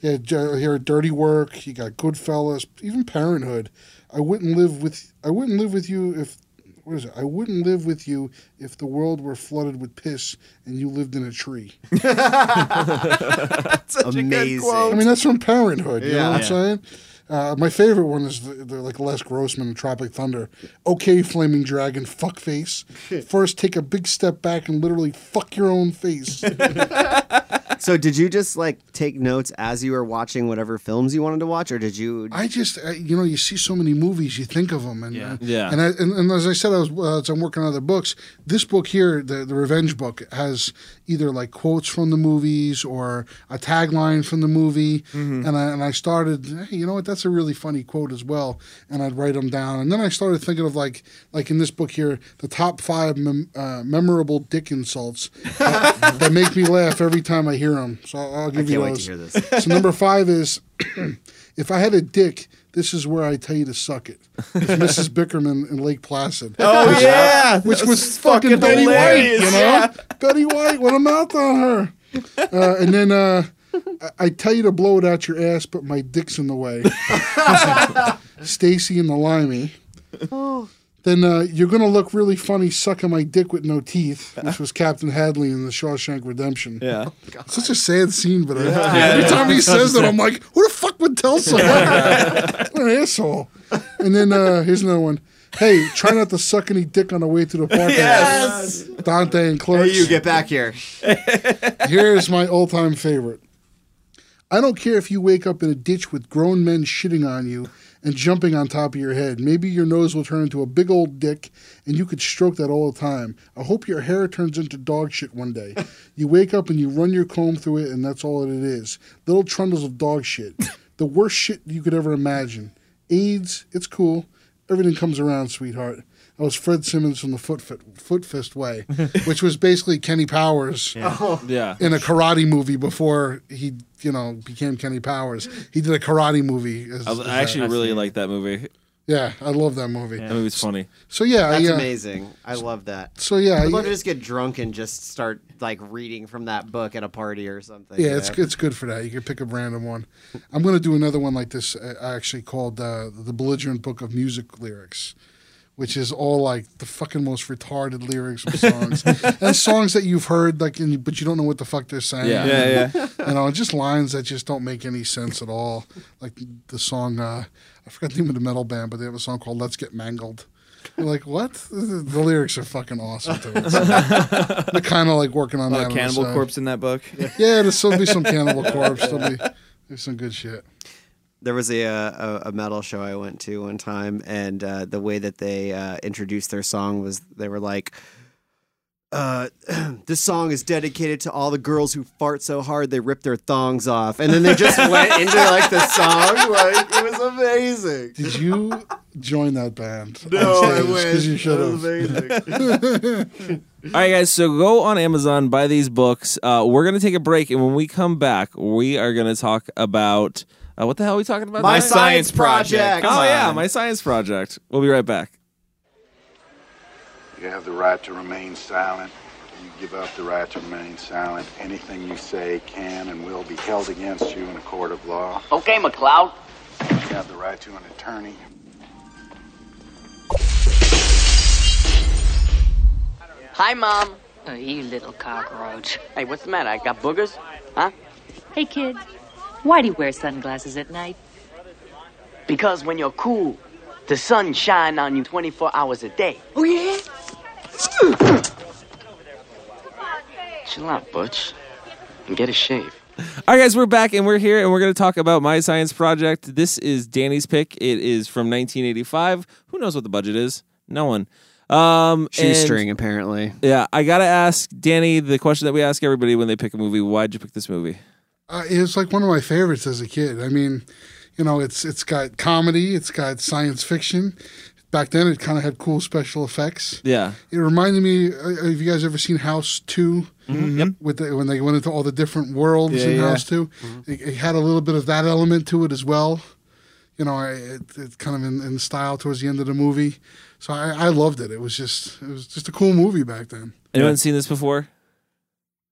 D: Yeah, J- here dirty work. You got Goodfellas, even Parenthood. I wouldn't live with. I wouldn't live with you if. What is it? I wouldn't live with you if the world were flooded with piss and you lived in a tree. I
C: Amazing.
D: mean, that's from Parenthood. You know
C: Yeah.
D: what I'm saying? Uh, my favorite one is the, the like Les Grossman in Tropic Thunder. Okay, flaming dragon, fuck face. First, take a big step back and literally fuck your own face.
C: So, did you just like take notes as you were watching whatever films you wanted to watch, or did you?
D: I just, I, you know, you see so many movies, you think of them, and
E: Yeah.
D: uh,
A: Yeah.
D: and, I, and and as I said, I was uh, as I'm working on other books. This book here, the the revenge book, has either like quotes from the movies or a tagline from the movie, and I and I started, hey, you know what, that's a really funny quote as well, and I'd write them down, and then I started thinking of like like in this book here, the top five mem- uh, memorable dick insults that, that make me laugh every time I hear them. So I'll, I'll give you
C: can't wait to
D: those.
C: hear this.
D: So number five is, if I had a dick, this is where I tell you to suck it. It's Mrs. Bickerman in Lake Placid.
B: Oh yeah,
D: which was fucking, Betty White, you know? Betty White with a mouth on her. Uh, and then uh, I, I tell you to blow it out your ass, but my dick's in the way. Stacy and the limey. Then uh, you're gonna look really funny sucking my dick with no teeth, which was Captain Hadley in The Shawshank Redemption.
B: Yeah.
D: Such a sad scene, but I, every time he says that, I'm like, who the fuck would tell someone? what an asshole. And then uh, here's another one. Hey, try not to suck any dick on the way to the park.
B: Yes.
D: Dante and Clerks.
C: you get back here.
D: Here's my all time favorite. I don't care if you wake up in a ditch with grown men shitting on you and jumping on top of your head. Maybe your nose will turn into a big old dick and you could stroke that all the time. I hope your hair turns into dog shit one day. You wake up and you run your comb through it and that's all it is. Little trundles of dog shit. The worst shit you could ever imagine. AIDS, it's cool. Everything comes around, sweetheart. That was Fred Simmons from the Foot, Fit, Foot Fist Way, which was basically Kenny Powers
A: Yeah.
D: in a karate movie before he, you know, became Kenny Powers. He did a karate movie. As,
A: I,
D: as
A: was- I
D: that.
A: actually really like that movie.
D: yeah, I love that movie.
A: That movie's funny.
D: So yeah,
C: That's
D: yeah.
C: amazing. I love that.
D: uh, So yeah,
C: I'd
D: yeah,
C: love to just get drunk and just start like reading from that book at a party or something. you
D: yeah, it's
C: know?
D: it's good for that. You can pick a random one. I'm gonna do another one like this. uh, Actually, called uh, the Belligerent Book of Music Lyrics. Which is all like the fucking most retarded lyrics of songs, and songs that you've heard like, and, but you don't know what the fuck they're saying.
A: Yeah.
B: Yeah, yeah.
D: you know, just lines that just don't make any sense at all. Like the song, uh, I forgot the name of the metal band, but they have a song called "Let's Get Mangled." You're like, what? The lyrics are fucking awesome. To it. So, they're kind of like working on
B: A
D: that.
B: lot
D: on
B: of
D: the
B: Cannibal
C: uh,
D: side.
B: Corpse in that book.
D: Yeah, there'll still be some Cannibal Corpse. There'll be there's some good shit.
C: there was a, uh, a a metal show I went to one time, and uh, the way that they uh, introduced their song was they were like, uh, "This song is dedicated to all the girls who fart so hard they rip their thongs off," and then they just went into like the song. Like it was amazing.
D: Did you join that band?
C: No, I
D: Because
C: wish.
D: you should
C: That
D: have.
C: was amazing.
A: All right, guys. So go on Amazon, buy these books. Uh, we're gonna take a break, and when we come back, we are gonna talk about uh, what the hell are we talking about?
C: My
A: tonight?
C: science
B: science
C: project.
B: project.
A: Oh yeah, my science project. We'll be right back.
G: You have the right to remain silent. You give up the right to remain silent. Anything you say can and will be held against you in a court of law.
H: Okay, McCloud.
G: You have the right to an attorney.
H: Hi, Mom. Oh, you little cockroach. Hey, what's the matter? I got boogers? Huh?
I: Hey, kid, why do you wear sunglasses at night?
H: Because when you're cool, the sun shine on you 24 hours a day. Oh, yeah? Chill out, Butch. And get a shave.
A: All right, guys. We're back, and we're here, and we're gonna talk about my science project. This is Danny's pick. It is from 1985. Who knows what the budget is? No one. Um, and-
C: Shoestring, apparently.
A: yeah, I gotta ask Danny the question that we ask everybody when they pick a movie. Why'd you pick this movie?
D: Uh, it was like one of my favorites as a kid. I mean, you know, it's it's got comedy, it's got science fiction. Back then, it kind of had cool special effects.
A: Yeah.
D: It reminded me. uh, Have you guys ever seen House 2 Yep. With the, when they went into all the different worlds
B: Mm-hmm. Yeah,
D: in
B: yeah. Mm-hmm.
D: House 2 it, it had a little bit of that element to it as well. You know, I, it, it's kind of in, in style towards the end of the movie. So I, I loved it. It was just it was just a cool movie back then.
A: Anyone seen this before?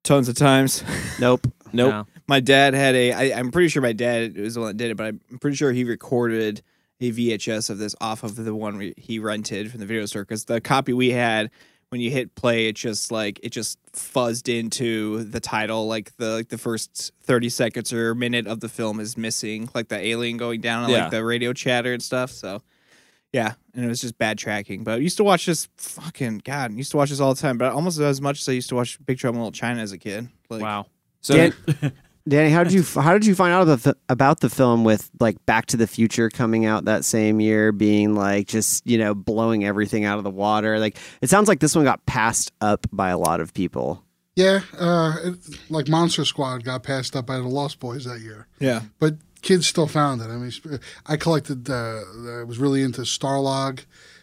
B: Tons of times.
C: Nope.
A: Nope.
E: No.
B: my dad had a. I, I'm pretty sure my dad was the one that did it, but I'm pretty sure he recorded a VHS of this off of the one we, he rented from the video store because the copy we had, when you hit play, it just like it just fuzzed into the title, like the like the first 30 seconds or minute of the film is missing, like the alien going down, and,
A: Yeah.
B: like the radio chatter and stuff. So. Yeah, and it was just bad tracking. But I used to watch this fucking god. I used to watch this all the time. But almost as much as I used to watch Big Trouble in Little China as a kid. Like,
E: Wow.
A: So
C: Danny, how did you how did you find out about the, about the film with like Back to the Future coming out that same year, being like just you know blowing everything out of the water? Like it sounds like this one got passed up by a lot of people.
D: Yeah, uh, it, like Monster Squad got passed up by the Lost Boys that year.
B: Yeah.
D: but kids still found it. I mean, sp- I collected. Uh, I was really into Starlog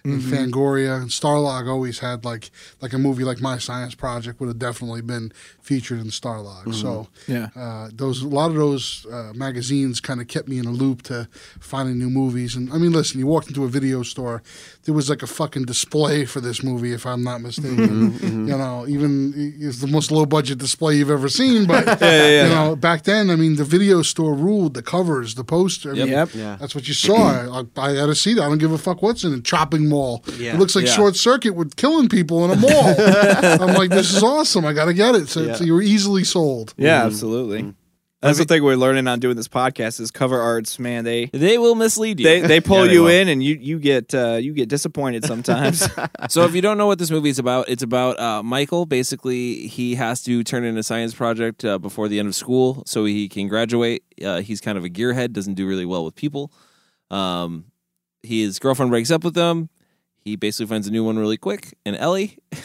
D: and
B: Mm-hmm.
D: Fangoria, and Starlog always had like like a movie like My Science Project would have definitely been featured in Starlog. So
B: Mm-hmm. Yeah.
D: uh, those a lot of those uh, magazines kind of kept me in a loop to finding new movies. And I mean, listen, you walked into a video store, there was like a fucking display for this movie, if I'm not mistaken. You know, even it's the most low budget display you've ever seen. But you know, back then, I mean, the video store ruled the covers, the poster. I mean,
B: Yep.
C: Yeah.
D: That's what you saw. I, I had a seat. I don't give a fuck what's in it. Chopping mall.
C: Yeah.
D: It looks like
A: Yeah.
D: Short Circuit with killing people in a mall. I'm like, this is awesome. I got to get it. So, so you were easily sold.
B: Yeah, absolutely. That's the thing we're learning on doing this podcast is cover arts, man. They
A: they will mislead you.
B: they, they pull
E: Yeah, they
B: you
E: will.
B: in and you you get uh, you get disappointed sometimes.
A: so if you don't know what this movie is about, it's about uh, Michael. Basically, he has to turn in a science project uh, before the end of school so he can graduate. Uh, he's kind of a gearhead, doesn't do really well with people. Um, his girlfriend breaks up with him. He basically finds a new one really quick, and Ellie,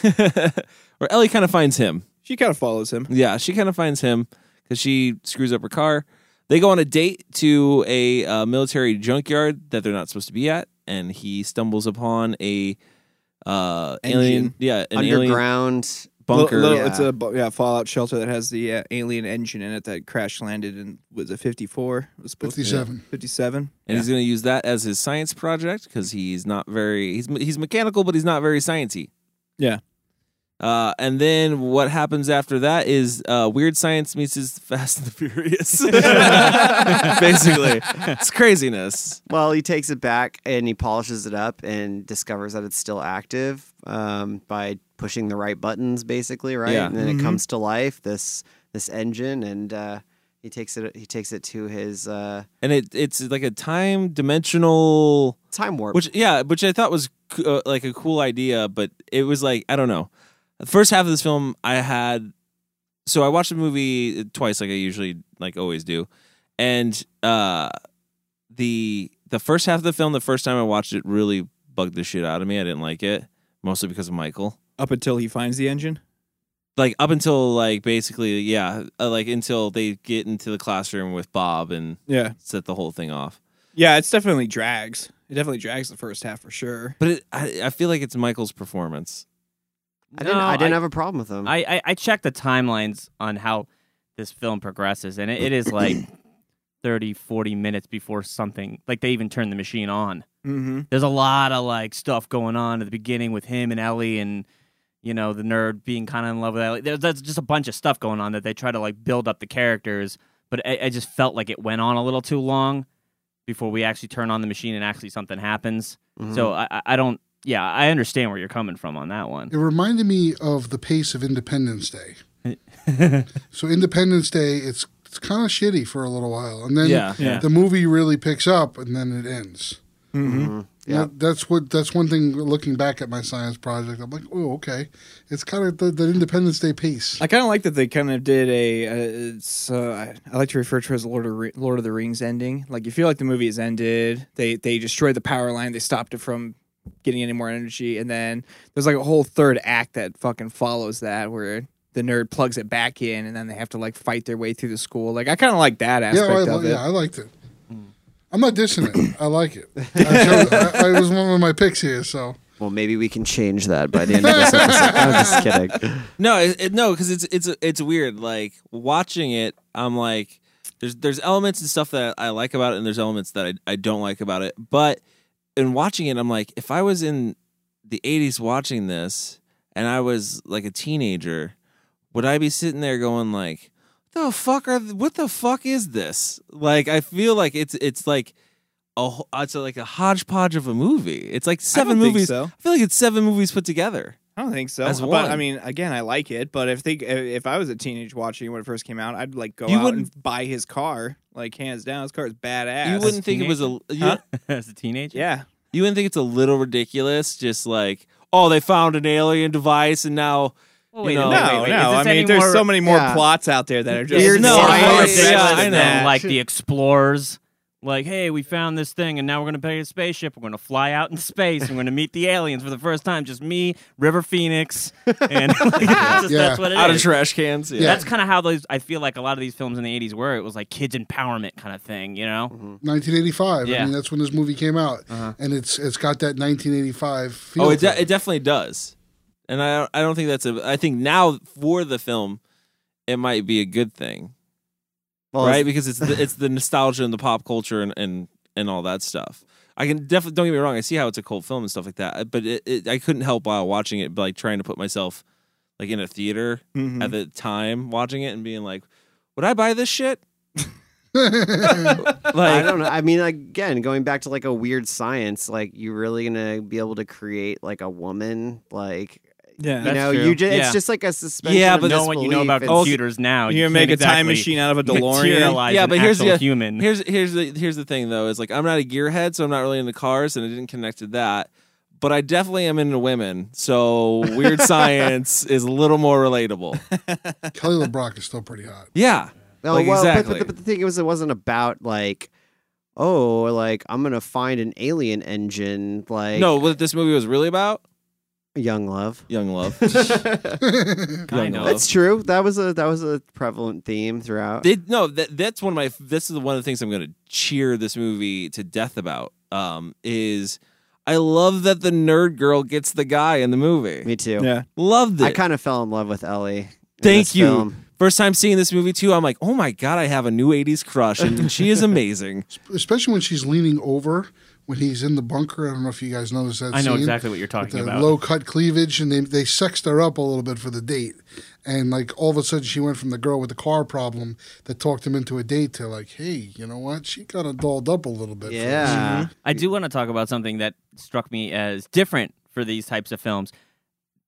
A: or Ellie, kind of finds him.
B: she kind of follows him.
A: Yeah, she kind of finds him because she screws up her car. They go on a date to a uh, military junkyard that they're not supposed to be at, and he stumbles upon a uh, alien,
B: Engine.
A: yeah, an alien
C: Underground.
A: bunker.
B: Little-
C: yeah.
B: It's a bu- yeah fallout shelter that has the uh, alien engine in it that crash landed in was it fifty four? Was supposed to be
D: 57.
B: fifty seven.
A: And he's going to use that as his science project because he's not very he's he's mechanical, but he's not very sciencey.
B: Yeah.
A: Uh, and then what happens after that is uh, weird science meets his Fast and the Furious. Basically, it's craziness.
C: Well, he takes it back and he polishes it up and discovers that it's still active um, by pushing the right buttons, basically, right?
A: Yeah.
C: And then it comes to life this this engine, and uh, he takes it he takes it to his uh,
A: And it it's like a time dimensional
C: time warp.
A: Which yeah, which I thought was c- uh, like a cool idea, but it was like I don't know. The first half of this film, I had so I watched the movie twice, like I usually like always do, and uh, the the first half of the film, the first time I watched it, really bugged the shit out of me. I didn't like it, mostly because of Michael.
B: Up until he finds the engine.
A: Like up until like basically yeah, uh, like until they get into the classroom with Bob and
B: Yeah.
A: set the whole thing off.
B: Yeah, it's definitely drags. It definitely drags the first half for sure.
A: But it, I, I feel like it's Michael's performance.
C: I didn't.
E: No,
C: I didn't
E: I-
C: have a problem with them.
E: I, I I checked the timelines on how this film progresses, and it, it is like 30, 40 minutes before something like they even turn the machine on.
B: Mm-hmm.
E: There's a lot of like stuff going on at the beginning with him and Ellie, and you know the nerd being kind of in love with Ellie. There's, there's just a bunch of stuff going on that they try to like build up the characters, but I, I just felt like it went on a little too long before we actually turn on the machine and actually something happens.
B: Mm-hmm.
E: So I I- I don't. Yeah, I understand where you're coming from on that one.
D: It reminded me of the pace of Independence Day. so Independence Day, it's it's kind of shitty for a little while, and then
A: Yeah, yeah.
D: the movie really picks up, and then it ends.
C: Mhm.
D: Yeah, that's what that's one thing. Looking back at my science project, I'm like, oh, okay, it's kind of the, the Independence Day pace.
B: I kind of like that they kind of did a. Uh, it's, uh, I, I like to refer to it as Lord of Re- Lord of the Rings ending. Like you feel like the movie is ended. They they destroyed the power line. They stopped it from getting any more energy, and then there's like a whole third act that fucking follows that where the nerd plugs it back in, and then they have to like fight their way through the school. Like I kind of like that
D: Yeah,
B: aspect
D: I,
B: of
D: li-
B: it.
D: yeah, I liked it. I'm not dissing it. I like it. I, chose, I, I was one of my picks here, so
C: well, maybe we can change that by the end of this episode. I'm just kidding.
A: No, it, it, no, because it's it's it's weird. Like watching it, I'm like, there's there's elements and stuff that I like about it, and there's elements that I, I don't like about it. But in watching it, I'm like, if I was in the '80s watching this, and I was like a teenager, would I be sitting there going like, the fuck are th- what the fuck is this? Like, I feel like it's it's like. A, wh- it's like a hodgepodge of a movie. It's like seven
B: think
A: movies.
B: so.
A: I feel like it's seven movies put together.
B: I don't think so.
A: As
B: but
A: one.
B: I mean, again, I like it. But if they, if I was a teenage watching it when it first came out, I'd like go
A: You
B: out
A: wouldn't-
B: and buy his car. Like hands down, his car is badass.
A: You wouldn't think it was a you,
B: Huh?
E: As a teenager,
B: Yeah.
A: you wouldn't think it's a little ridiculous, just like oh they found an alien device and now
E: Well,
A: you
E: wait,
A: know
E: no,
B: No,
E: Oh, wait,
B: no.
E: is this
B: I
E: any
B: mean, there's
E: more-
B: so many more
E: Yeah.
B: plots out there that are just
E: It's
A: No,
E: more
A: I know,
E: ridiculous
A: yeah, I
E: than,
A: know.
E: like the explorers. Like, hey, we found this thing, and now we're gonna pay a spaceship. We're gonna fly out in space. and we're gonna meet the aliens for the first time. Just me, River Phoenix, and like,
A: Yeah.
E: just, that's what it is.
A: Out of trash cans, yeah.
E: That's kind of how those. I feel like a lot of these films in the '80s were. It was like kids empowerment kind of thing, you know.
D: 1985. I
E: Yeah.
D: mean, that's when this movie came out, and it's it's got that 1985 feel.
A: oh it,
D: to
A: de- it definitely does, and I don't, I don't think that's a I think now for the film it might be a good thing,
C: Well,
A: right?
C: it's-
A: Because it's the, it's the nostalgia and the pop culture and and and all that stuff. I can definitely don't get me wrong. I see how it's a cult film and stuff like that, but it, it, I couldn't help while watching it, like trying to put myself like in a theater
B: Mhm.
A: at the time watching it and being like, would I buy this shit?
C: I don't know. I mean, again, going back to like a weird science, like you're really gonna be able to create like a woman, like
B: Yeah,
C: you
E: That's
C: know,
E: true.
C: you just
E: Yeah.
C: it's just like a suspension.
E: Yeah,
C: of
E: but know what you know
C: disbelief.
E: about
C: It's-
E: computers now.
B: You're
E: You
B: gonna make
E: can't
B: a time
E: exactly
B: machine out of a DeLorean.
E: materialize an actual human.
A: Here's here's the here's the thing though is like I'm not a gearhead, so I'm not really into cars, and I didn't connect to that. But I definitely am into women, so weird science is a little more relatable.
D: Kelly LeBrock is still pretty hot.
A: Yeah,
C: No,
A: like,
C: oh, well, but-
A: exactly.
C: but, but, the thing was, it wasn't about like, oh, like I'm gonna find an alien engine, like
A: no, what this movie was really about?
C: young love,
A: young love.
C: kind
A: of.
C: That's true. That was a that was a prevalent theme throughout.
A: They, no, that that's one of my. This is one of the things I'm going to cheer this movie to death about. Um, is I love that the nerd girl gets the guy in the movie.
C: Me too.
B: Yeah.
A: Loved it.
C: I kind of fell in love with Ellie. in
A: Thank
C: this
A: you.
C: film.
A: First time seeing this movie too, I'm like, oh my god, I have a new '80s crush, and she is amazing.
D: especially when she's leaning over when he's in the bunker. I don't know if you guys noticed that.
E: I know
D: scene
E: exactly what you're
D: with
E: talking
D: the
E: about.
D: Low cut cleavage, and they they sexed her up a little bit for the date, and like all of a sudden she went from the girl with the car problem that talked him into a date to like, hey, you know what? She kind of dolled up a little bit. for this.
C: Yeah.
E: I do want to talk about something that struck me as different for these types of films.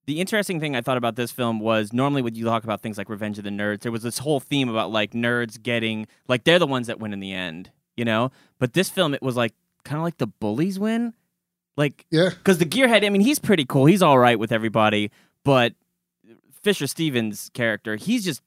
E: The interesting thing I thought about this film was normally when you talk about things like Revenge of the Nerds, there was this whole theme about like nerds getting like they're the ones that win in the end, you know? But this film it was like kind of like the bullies win. Like
D: Yeah.
E: Cuz the gearhead, I mean, he's pretty cool. He's all right with everybody, but Fisher Stevens character, he's just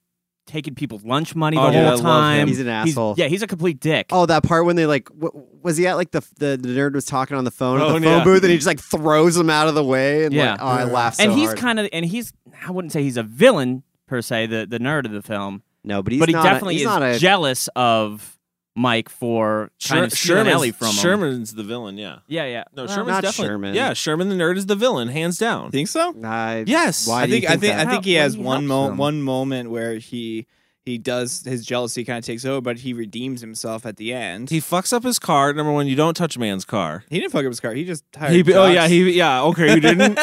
E: taking people's lunch money the
C: Oh,
E: whole
C: yeah, I love him.
E: time.
C: He's an asshole.
E: yeah, he's a complete dick.
C: Oh, that part when they like, w- was he at like the, the the nerd was talking on the phone at
E: Oh,
C: the phone
E: yeah.
C: booth, and he just like throws him out of the way, and
E: yeah,
C: like, oh, I laughed.
E: And
C: so
E: he's
C: hard.
E: kind of, and he's, I wouldn't say he's a villain per se, the the nerd of the film.
C: No, but he's
E: but he
C: not a-
E: definitely
C: he's
E: is
C: not a-
E: jealous of Mike for kind
A: Sher-
E: of stealing
A: Sherman's-
E: Ellie from him.
A: Sherman's the villain, yeah.
E: Yeah, yeah.
A: No,
E: Well,
A: Sherman's
E: not
A: definitely
E: Sherman.
A: Yeah, Sherman the nerd is the villain, hands down.
B: Think so?
C: I,
A: Yes.
C: why
B: I
C: do you
B: think, I think
C: that?
B: I think he
E: How-
B: has
E: when he
B: one
E: helps
B: mo-
E: them.
B: one moment where he he does his jealousy kind of takes over, but he redeems himself at the end.
A: He fucks up his car. Number one, you don't touch a man's car.
B: He didn't fuck up his car. He just hired.
A: He, oh
B: cops.
A: yeah, he yeah okay. He didn't.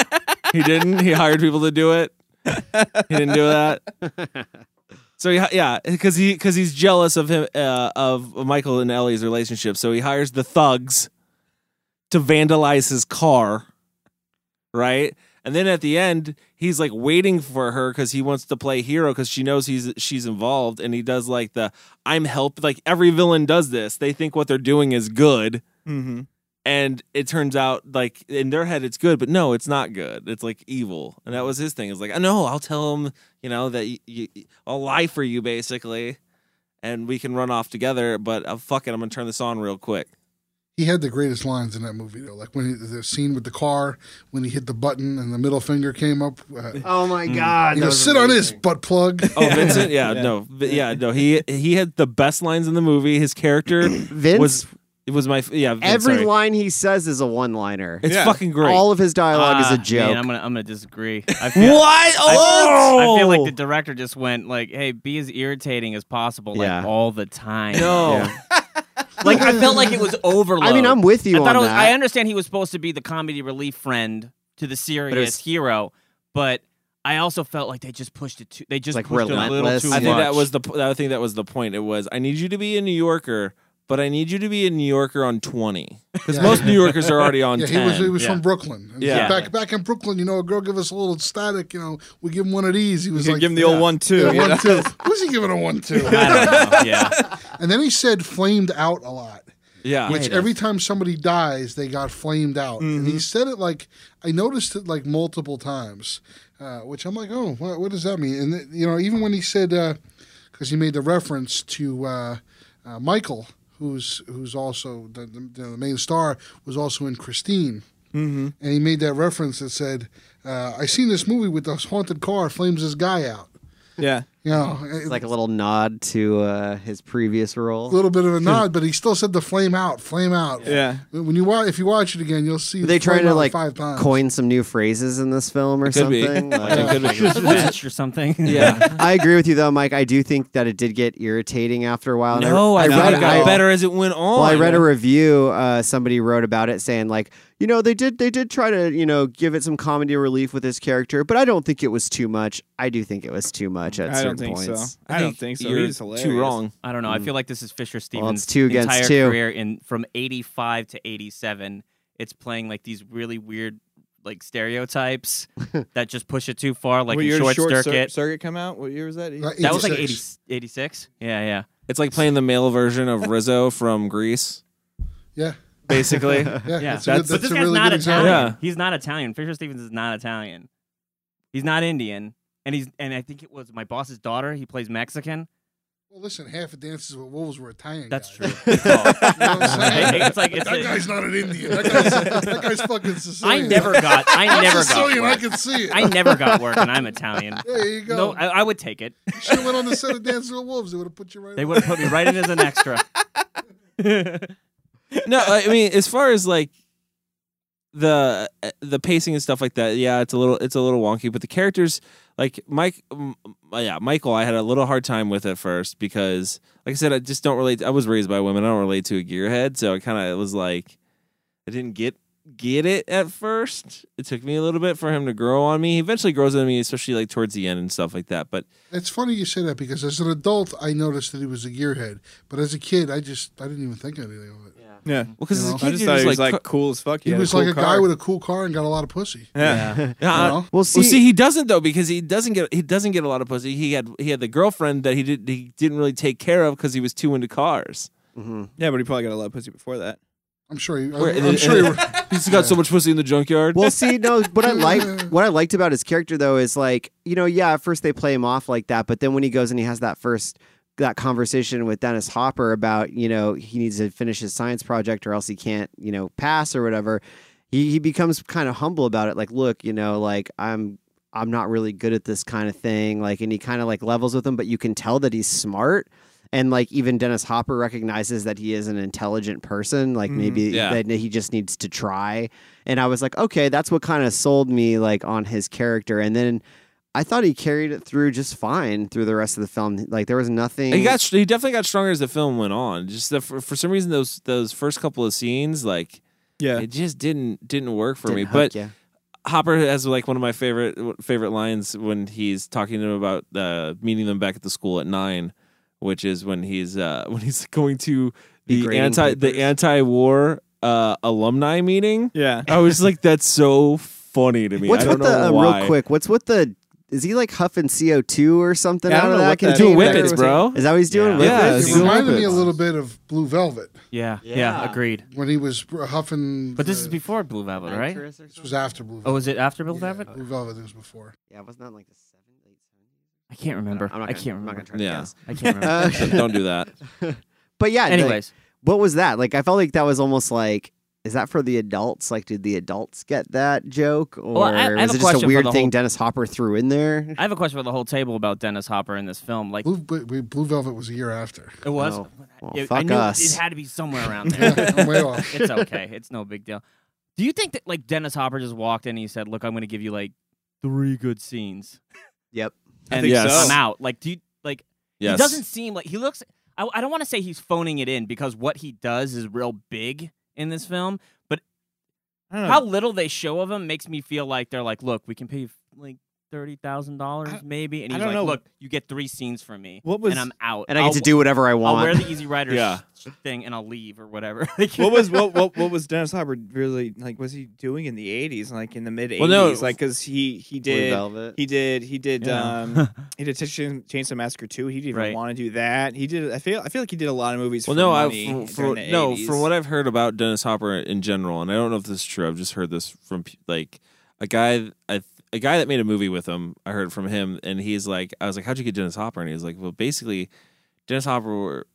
A: he didn't. He hired people to do it. He didn't do that. So he, hi- yeah, because he because he's jealous of him uh, of Michael and Ellie's relationship. So he hires the thugs to vandalize his car, right? And then at the end, he's like waiting for her because he wants to play hero because she knows he's she's involved, and he does like the I'm help. Like every villain does this. They think what they're doing is good,
B: Mhm.
A: and it turns out like in their head it's good but no it's not good it's like evil and that was his thing it's like i know i'll tell him you know that y y i'll lie for you basically and we can run off together but uh, fuck it i'm gonna turn this on real quick
D: He had the greatest lines in that movie, though. Like when he, the scene with the car, when he hit the button and the middle finger came up. Uh,
C: Oh my god!
D: he
C: that
D: goes,
C: was
D: sit on this
C: amazing.
D: butt plug.
A: oh vincent yeah,
B: Yeah.
A: no Vi- yeah no he he had the best lines in the movie his character
C: Vince?
A: was it was my f- yeah Vince,
C: Every
A: sorry.
C: line he says is a one-liner.
A: it's
B: Yeah.
A: fucking great
C: All of his dialogue is
E: Ah,
C: a joke.
E: Man, I'm gonna, I'm gonna disagree. I feel,
A: what oh
E: I feel like the director just went like, "Hey, be as irritating as possible, like
C: Yeah.
E: all the time."
A: no
E: like I felt like it was overload.
C: I mean, I'm with you
E: I thought
C: on
E: it was,
C: that.
E: I understand he was supposed to be the comedy relief friend to the serious hero, but I also felt like they just pushed it too. They just
C: Like
E: pushed it a little
C: relentless.
E: too
A: I think that
E: much.
A: was the p- I think that was the point. It was I need you to be a New Yorker, but I need you to be a New Yorker on twenty because
D: Yeah.
A: most New Yorkers are already on
D: Yeah, he
A: ten.
D: was he was
E: yeah.
D: from Brooklyn. And
A: Yeah.
D: back back in Brooklyn, you know, a girl give us a little static. You know, we give him one of these. He was
B: You
D: like,
B: give him the old
D: yeah.
B: one too.
D: Yeah,
B: you know?
D: one two. Who's he giving a one two?
E: I don't know. Yeah,
D: and then he said flamed out a lot.
A: yeah,
D: Which every time somebody dies, they got flamed out. And
C: Mm-hmm.
D: he said it like I noticed it like multiple times, uh, which I'm like, oh, what, what does that mean? And th- you know, even when he said, because he made the reference to uh, uh, Michael, who's who's also the, the, the main star, was also in Christine. Mm-hmm. And he made that reference that said, uh, "I seen this movie with this haunted car flames this guy out."
B: yeah.
D: You know, it-
C: It's like a little nod to uh, his previous role.
D: little bit of a
E: Hmm.
D: nod, but he still said the flame out, flame out.
B: Yeah.
D: When you watch, if you watch it again, you'll see.
C: Are they
D: the flame
C: trying to
D: out
C: like
D: five times.
C: coin some new phrases in this film or
A: could be.
C: something? Like-
A: It could be.
E: Match or something.
A: yeah.
C: I agree with you though, Mike. I do think that it did get irritating after a while. and
D: Oh,
A: No, I, thought it got
C: I-
A: better as it went on.
C: Well, I read a review. Uh, somebody wrote about it saying, like, you know, they did they did try to you know give it some comedy relief with this character, but I don't think it was too much. I do think it was too much at
B: I
C: certain
B: don't think
C: points.
B: so. I, don't think so.
A: You're
B: He's hilarious.
A: too wrong.
E: I don't know. I feel like this is Fisher Stevens'
C: Mm. Well, it's two against
E: entire
C: two.
E: career in from '85 to '87. It's playing like these really weird like stereotypes that just push it too far, like
B: what
E: in
B: year did
E: short,
B: Cir-
E: circuit.
B: circuit come out. What year was that?
D: Right,
E: that was like 80,
D: 86.
E: 86? Yeah, yeah.
A: It's like playing the male version of Rizzo from Greece,
D: Yeah,
A: basically.
D: yeah.
E: Yeah.
D: That's, a good,
A: That's-
D: that's
E: but this
D: a
E: guy's
D: really
E: not
D: good
E: Italian.
D: example.
A: Yeah.
E: He's not Italian. Fisher Stevens is not Italian. He's not Indian, and he's and I think it was my boss's daughter. He plays Mexican.
D: Well, listen, half of dances with wolves were Italian.
E: That's
D: guys.
E: true.
D: You know what I'm saying?
E: It's like- it's
D: that
E: a-
D: guy's not an Indian. That guy's, that guy's fucking
E: I
D: Sicilian.
E: never got. I
D: I'm
E: never got.
D: Sicilian. I
E: Work.
D: can see it.
E: I never got work, and I'm Italian.
D: there you go.
E: No, I, I would take it.
D: you should have went on the set of Dances with Wolves. They would have put you right.
E: They
D: on.
E: would have put me right in as an extra.
A: no, I mean, as far as like the eh, the pacing and stuff like that, yeah, it's a little it's a little wonky. But the characters, like Mike, um, yeah, Michael, I had a little hard time with at first because, like I said, I just don't relate. I was raised by women. I don't relate to a gearhead, so I kind of was like, I didn't get get it at first. It took me a little bit for him to grow on me. He eventually grows on me, especially like towards the end and stuff like that. But
D: It's funny you say that because as an adult, I noticed that he was a gearhead, but as a kid, I just I didn't even think anything of it.
B: Yeah.
A: well, because as a
D: No.
A: kid,
B: I just
A: you're
B: thought
A: just
B: he was
A: like,
B: like cool as fuck.
D: He
B: had
D: was
B: cool
D: like a guy
B: car.
D: with a cool car and got a lot of pussy.
B: Yeah.
A: "Uh-uh,
D: You know?
C: Well, see,
A: Well, see, he doesn't though because he doesn't get he doesn't get a lot of pussy. He had he had the girlfriend that he did he didn't really take care of because he was too into cars.
C: Mhm.
B: Yeah, but he probably got a lot of pussy before that.
D: I'm sure. He,
A: Where-
D: I'm, I'm sure. He,
A: he's got so much pussy in the junkyard.
C: Well, see, no, what I like, what I liked about his character though is like, you know, yeah, at first they play him off like that, but then when he goes and he has that first that conversation with Dennis Hopper about, you know, he needs to finish his science project or else he can't, you know, pass or whatever. He he becomes kind of humble about it. Like, look, you know, like I'm I'm not really good at this kind of thing. Like, and he kind of like levels with him, but you can tell that he's smart. And like even Dennis Hopper recognizes that he is an intelligent person. Like
A: Mhm.
C: maybe
A: Yeah.
C: that he just needs to try. And I was like, okay, that's what kind of sold me like on his character. And then I thought he carried it through just fine through the rest of the film. Like there was nothing.
A: He got he definitely got stronger as the film went on. Just the, for, for some reason those those first couple of scenes like
B: Yeah.
A: it just didn't didn't work for me.
C: Didn't hook
A: But
C: ya.
A: Hopper has like one of my favorite favorite lines when he's talking to him about uh, meeting them back at the school at nine, which is when he's uh, when he's going to the
C: Degrading
A: anti the
C: papers.
A: anti war uh, alumni meeting.
B: Yeah.
A: I was like, that's so funny to me.
C: what's
A: I don't
C: with the
A: know
C: um,
A: why.
C: real quick? What's with the? Is he like huffing CO two or something
B: Yeah, I
C: out
B: don't
C: of
B: know
C: that?
B: what that
C: container?
A: Doing whippets, bro.
C: Is that what he's doing?
A: Yeah.
C: Whippets?
D: it
A: he's doing
D: reminded me a
A: whippets.
D: little bit of Blue Velvet
E: Yeah, yeah,
C: Yeah.
E: agreed.
D: when he was huffing.
E: But this is
D: the-
E: before Blue Velvet, right?
D: This was after Blue Velvet.
E: Oh, is it after Blue Velvet?
D: Yeah, Blue Velvet was before.
C: Yeah, wasn't that like the seven, eight, seven?
E: I can't remember.
C: I'm not
E: I
C: gonna-
E: can't
C: I'm not
E: remember.
C: gonna try to
A: Yeah.
C: guess.
E: I can't remember.
C: Uh,
A: don't do that.
C: But yeah. like,
E: Anyways,
C: what was that? Like I felt like that was almost like. Is that for the adults? Like, did the adults get that joke, or
E: Well, I- I have
C: was
E: a
C: it just
E: question
C: a
E: for
C: weird
E: the
C: thing
E: whole-
C: Dennis Hopper threw in there?
E: I have a question for the whole table about Dennis Hopper in this film. Like,
D: Blue, but we- Blue Velvet was a year after.
E: it was.
C: Oh. Well,
E: Yeah, I
C: fuck
E: knew it-
C: us.
E: It had to be somewhere around there.
D: I'm way off.
E: it's okay. It's no big deal. Do you think that like Dennis Hopper just walked in and he said, "Look, I'm going to give you like three good scenes,
C: Yep.
B: I
E: and
B: think
A: Yes.
E: I'm
B: so.
E: out"? Like, do you like?
A: Yes.
E: He doesn't seem like he looks. I, I don't want to say he's phoning it in because what he does is real big in this film. But
B: I don't know.
E: how little they show of him makes me feel like they're like, "Look, we can pay you like thirty thousand dollars, maybe," and
B: I
E: he's
B: don't
E: like,
B: know.
E: "Look, you get three scenes from me,
B: What was-
E: and I'm out,
C: And I get
E: I'll-
C: to do whatever I
E: I'll
C: want.
E: wear the Easy Rider
A: Yeah.
E: sh- thing and I'll leave or whatever."
B: what was what, what what was Dennis Hopper really like? Was he doing in the eighties, like in the mid eighties,
A: Well, no.
B: like because he he
C: Blue
B: did
C: Velvet.
B: he did he did
E: Yeah.
B: um he did Chainsaw Chainsaw Massacre two. He didn't even
E: Right.
B: want to do that. He did. I feel I feel like he did a lot of movies.
A: Well,
B: for
A: no,
B: money
A: I, from,
B: during
A: from,
B: the
A: no,
B: 80s.
A: from what I've heard about Dennis Hopper in general, and I don't know if this is true. I've just heard this from like a guy, a, a guy that made a movie with him. I heard from him, and he's like, I was like, how'd you get Dennis Hopper? And he was like, well, basically, Dennis Hopper were-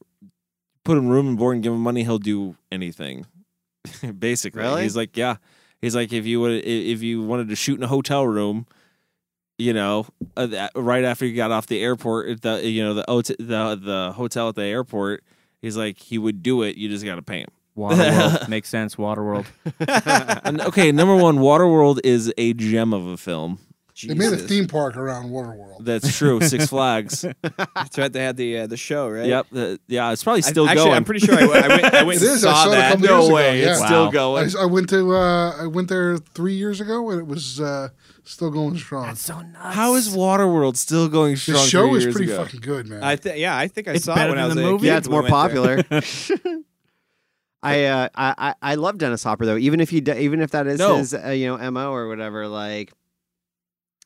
A: put him room and board and give him money, he'll do anything. basically,
C: Really?
A: he's like, yeah, he's like, if you would, if you wanted to shoot in a hotel room. You know, uh, that- right after you got off the airport, the you know the hot- the the hotel at the airport, He's like, he would do it. You just got to pay him.
E: Waterworld makes sense. Waterworld.
A: And, okay, number one, Waterworld is a gem of a film.
D: They made a theme park around Waterworld.
A: That's true. Six Flags.
B: That's right. They had the uh, the show, right?
A: Yep. the- yeah, it's probably still
B: I, actually,
A: going.
B: I'm pretty sure I went. I went, I went
D: It
B: and
D: is, I
B: Saw
D: saw it a
B: that.
D: couple years
A: no
D: ago,
A: way. It's
D: yeah.
A: still
E: Wow.
D: I,
A: going.
D: I went to uh, I went there three years ago and it was uh, still going strong.
E: so nuts.
A: How is Waterworld still going
D: The
A: strong?
D: show
A: three
D: is
A: years
D: pretty
A: ago?
D: fucking good, man.
B: I th- yeah, I think I
E: It's
B: saw it
E: better
B: when I
E: than
B: was
E: the
B: a
E: movie?
B: kid
C: yeah, it's
B: when
C: more
B: we went there.
C: popular. I, uh, I I I love Dennis Hopper though. Even if he do, even if that is
A: No.
C: his uh, you know mo or whatever, like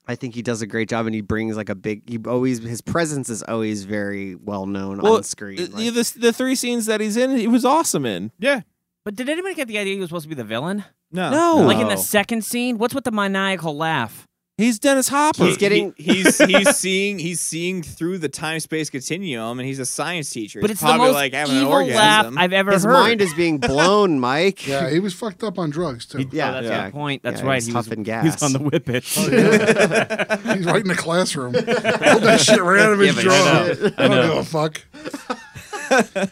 C: I think he does a great job and he brings like a big. He always his presence is always very well known
A: Well,
C: on screen.
A: The,
C: like-
A: the, the three scenes that he's in, he was awesome in.
B: Yeah.
E: But did anybody get the idea he was supposed to be the villain?
B: No.
A: No,
E: Like in the second scene, what's with the maniacal laugh?
A: he's Dennis Hopper.
C: He's getting-
B: He- he's he's seeing he's seeing through the time space continuum, and he's a science teacher.
E: But
B: He's
E: it's the
B: probably
E: most
B: like having an
E: evil laugh
B: orgasm.
E: I've ever
C: his
E: heard.
C: mind is being blown, Mike.
D: yeah, he was fucked up on drugs too.
C: yeah,
E: oh, that's
A: yeah.
E: the point. That's
C: Yeah,
E: right.
C: he's
E: He was,
C: huffing gas. Oh,
E: He's on the whippet.
D: Oh, He's right in the classroom. All that shit ran out of his
C: Yeah,
D: jaw.
C: but
D: I,
C: I know.
D: don't give a fuck.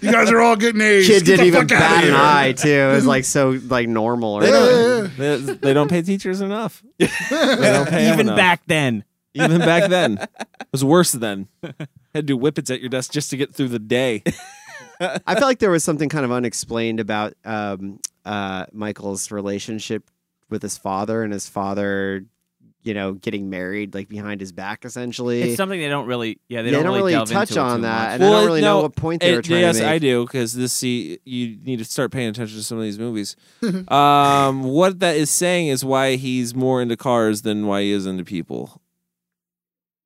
D: you guys are all getting A's.
C: Kid
D: Get
C: didn't
D: the
C: even
D: fuck outta
C: bat an
D: here.
C: eye too. It was like so like normal. Or
D: Yeah, yeah,
A: they,
D: yeah.
A: they don't pay teachers enough. They don't pay 'em
E: Even
A: enough.
E: back then.
A: even back then, it was worse then. Had to do whippets at your desk just to get through the day.
C: I felt like there was something kind of unexplained about um, uh, Michael's relationship with his father and his father, you know, getting married like behind his back, essentially.
E: It's something they don't really. Yeah, they,
C: they, don't, really,
E: delve
C: touch
E: into it
C: on
E: too
C: that,
E: much.
C: and I
A: Well,
C: don't really
A: no,
C: know what point they
A: Uh,
C: were trying
A: yes,
C: to make.
A: I do because this see you need to start paying attention to some of these movies. um, what that is saying is why he's more into cars than why he is into people.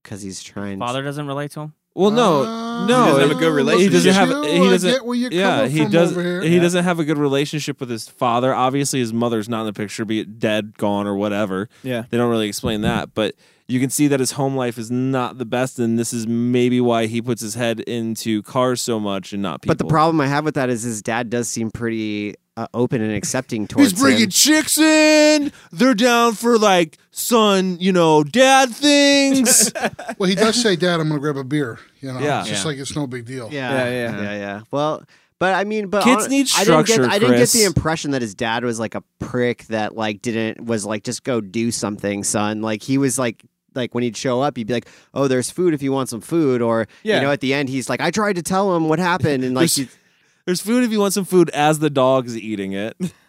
C: because he's trying.
E: Father doesn't relate to him.
A: Well, no,
D: Uh,
A: no,
B: He doesn't have a
A: it-
B: good
A: He
B: relationship.
A: doesn't have.
B: You,
A: He
B: I
A: doesn't.
B: get where you're
A: yeah,
B: coming
A: he
B: from
A: does.
B: over here.
A: He
B: Yeah.
A: doesn't have a good relationship with his father. Obviously, his mother's not in the picture, be it dead, gone, or whatever.
B: Yeah.
A: they don't really explain that, but you can see that his home life is not the best, and this is maybe why he puts his head into cars so much and not people.
C: But the problem I have with that is his dad does seem pretty uh, open and accepting towards
A: He's bringing
C: him.
A: chicks in. They're down for like son, you know, dad things.
D: well, he does say, "Dad, I'm going to grab a beer." You know,
A: Yeah.
D: it's just
A: Yeah.
D: like it's no big deal.
C: Yeah, yeah, yeah, yeah. Well, but I mean, but
A: Kids
C: hon-
A: need
C: I didn't
A: structure,
C: get, I didn't get the
A: Chris.
C: impression that his dad was like a prick that like didn't was like just go do something, son. Like he was like like when he'd show up, he'd be like, "Oh, there's food if you want some food," or
A: Yeah.
C: you know, at the end, he's like, "I tried to tell him what happened," and like
A: There's-
C: he-
A: There's food if you want some food as the dog's eating it.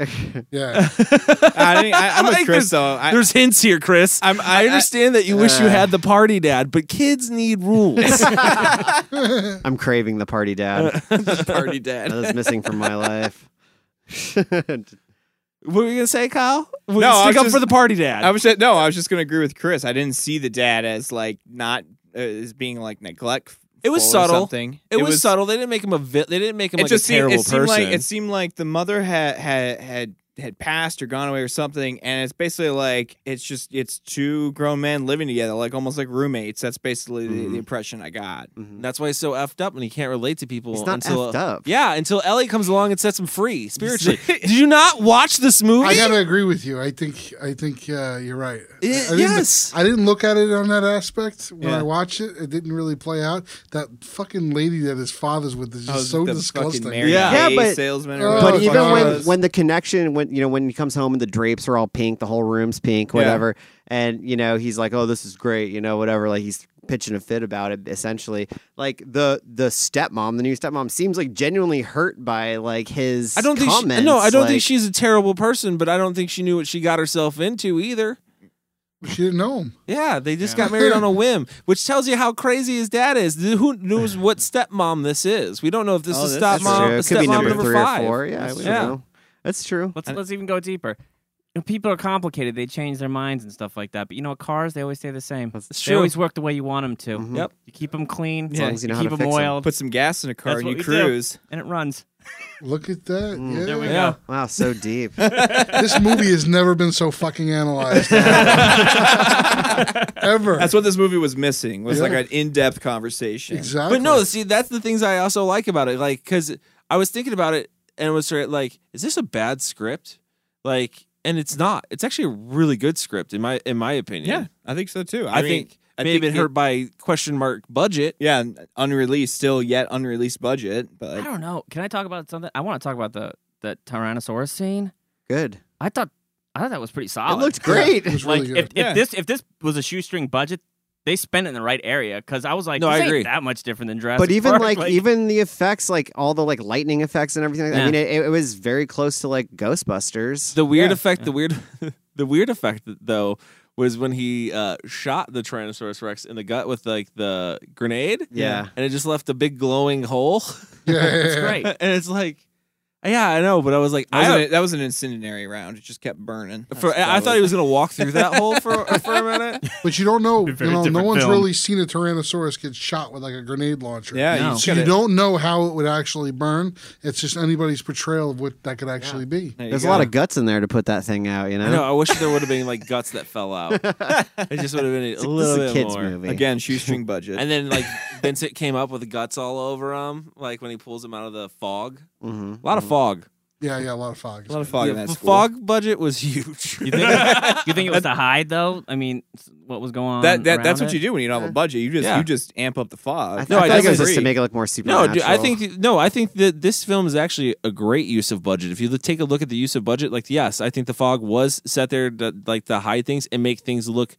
D: Yeah.
B: I think, I, I'm with
A: Like,
B: Chris
A: there's-
B: though. I,
A: There's hints here, Chris. i uh, understand that you wish you had the party dad, but kids need rules.
C: I'm craving the party dad.
A: party
C: that
A: dad.
C: is missing from my life.
A: What were you gonna say, Kyle? We
B: No, I
A: stick
B: was
A: up
B: just-
A: for the party dad.
B: I was just, no, I was just gonna agree with Chris. I didn't see the dad as like not uh, as being like neglect.
A: it was subtle.
B: Or something.
A: It, was, subtle. They didn't make him a. Vi- they didn't make him
B: It
A: like
B: just
A: a
B: seemed,
A: terrible
B: it seemed
A: person.
B: like it seemed like the mother had had had had passed or gone away or something, and it's basically like it's just it's two grown men living together, like almost like roommates. That's basically the,
A: Mm-hmm.
B: the impression I got.
A: That's why he's so effed up, and he can't relate to people.
C: Mm-hmm. He's not
A: until
C: effed up.
A: Yeah, until Ellie comes along and sets him free spiritually. Did you not watch this movie?
D: I gotta agree with you. I think I think uh, you're right. I-
A: Eh,
D: I didn't-
A: yes.
D: I didn't look at it on that aspect when
B: Yeah.
D: I watched it. It didn't really play out. That fucking lady that his father's with is just
B: Oh,
D: so
B: the
D: disgusting.
B: Fucking Mary
A: Yeah.
B: Kay
C: Yeah, but-
B: salesman. Or
D: Oh,
B: whatever
C: but
B: the fuck
C: even
B: it
C: when
B: was.
C: when the connection when you know when he comes home and the drapes are all pink the whole room's pink whatever and you know he's like oh this is great you know whatever like he's pitching a fit about it essentially like the the stepmom the new stepmom seems like genuinely hurt by like his
A: I don't think. She,
C: comments,
A: no, I don't
C: like-
A: think she's a terrible person, but I don't think she knew what she got herself into either.
D: She didn't know him.
A: Yeah, they just got married on a whim, which tells you how crazy his dad is. Th- Who knows what stepmom this is? We don't know if this
B: Oh,
A: is
C: that's
B: that's
C: true.
A: stepmom,
C: it could be
A: stepmom
C: number,
A: number,
C: three
A: five.
C: or four yeah we don't
A: Yeah.
C: know that's true
E: Let's let's even go deeper. You know, people are complicated. They change their minds and stuff like that. But you know, what? cars they always stay the same. they
A: true.
E: always work the way you want them to.
C: Mm-hmm.
A: Yep.
E: You keep them clean.
B: As long as
C: you know how
E: keep
C: to
E: them
C: fix 'em.
E: oiled.
B: put some gas in a car
E: That's
B: and
E: what
B: you
E: we do.
B: cruise.
E: and it runs.
D: Look at that.
B: Mm.
D: Yeah.
E: There we
A: Yeah.
E: go.
C: wow so deep
D: this movie has never been so fucking analyzed. Ever.
B: That's what this movie was missing. Was
D: Yeah.
B: like an in-depth conversation.
D: exactly.
A: But no, see, that's the things I also like about it. Like, because I was thinking about it and was sort of like, is this a bad script? Like, and it's not. It's actually a really good script in my in my opinion.
B: Yeah, I think so too.
A: I,
B: mean,
A: think
B: I
A: maybe
B: think
A: it hurt by question mark budget.
B: Yeah, and unreleased, still yet unreleased budget,
E: I
B: but
E: don't know. Can I talk about something? I want to talk about the the Tyrannosaurus scene.
C: good
E: I thought I thought that was pretty
C: it
E: solid.
C: looked
D: Yeah,
C: great
D: it was
E: like
D: really good.
E: if,
B: Yeah.
E: if this if this was a shoestring budget, they spent it in the right area. Because I was like,
A: No,
E: this
A: I
E: ain't
A: agree.
E: that much different than Jurassic
C: but even
E: Park,
C: like, even the effects like all the like lightning effects and everything like that,
E: Yeah.
C: i mean it, it was very close to like ghostbusters
A: The weird
B: Yeah.
A: effect. The weird. the weird effect though was when he uh, shot the Tyrannosaurus Rex in the gut with like the grenade.
C: Yeah.
A: and it just left a big glowing hole.
D: Yeah, yeah,
E: it's
D: yeah.
E: great.
A: and it's like, yeah, I know, but I was like,
B: that was,
A: I
B: an, that was an incendiary round. It just kept burning.
A: For, I I thought he was gonna walk through that hole for for a minute.
D: But you don't know. You
E: Very
D: know, no
E: different
D: one's
E: film.
D: really seen a Tyrannosaurus get shot with like a grenade launcher.
B: Yeah,
E: No.
B: you just
D: So you
B: gotta-
D: don't know how it would actually burn. It's just anybody's portrayal of what that could actually be.
B: there you
C: There's a
B: go.
C: lot of guts in there to put that thing out, you know.
A: I know. I wish there would have been like guts that fell out. It just would have been a
C: It's like,
A: little
C: this is
A: bit
C: a kids
A: more.
C: movie.
B: again shoestring budget.
A: And then like Vincent came up with guts all over him, like when he pulls him out of the fog.
C: Mhm.
A: A lot of fog.
D: Yeah, yeah, a lot of fog.
B: a lot of fog in
A: the
B: that
A: f-
B: school.
A: fog budget was huge. You think?
E: you think it was to hide though? I mean, s- what was going on?
B: That, that that's
E: around it?
B: what you do when you don't have a budget. You just
A: Yeah.
B: you just amp up the fog.
C: I, th-
A: No,
C: I
A: I
C: feel like it was
A: disagree.
C: just to make it look more
A: no,
C: supernatural.
A: dude, I think no, I think that this film is actually a great use of budget. If you look- take a look at the use of budget, like yes, I think the fog was set there to, like to hide things and make things look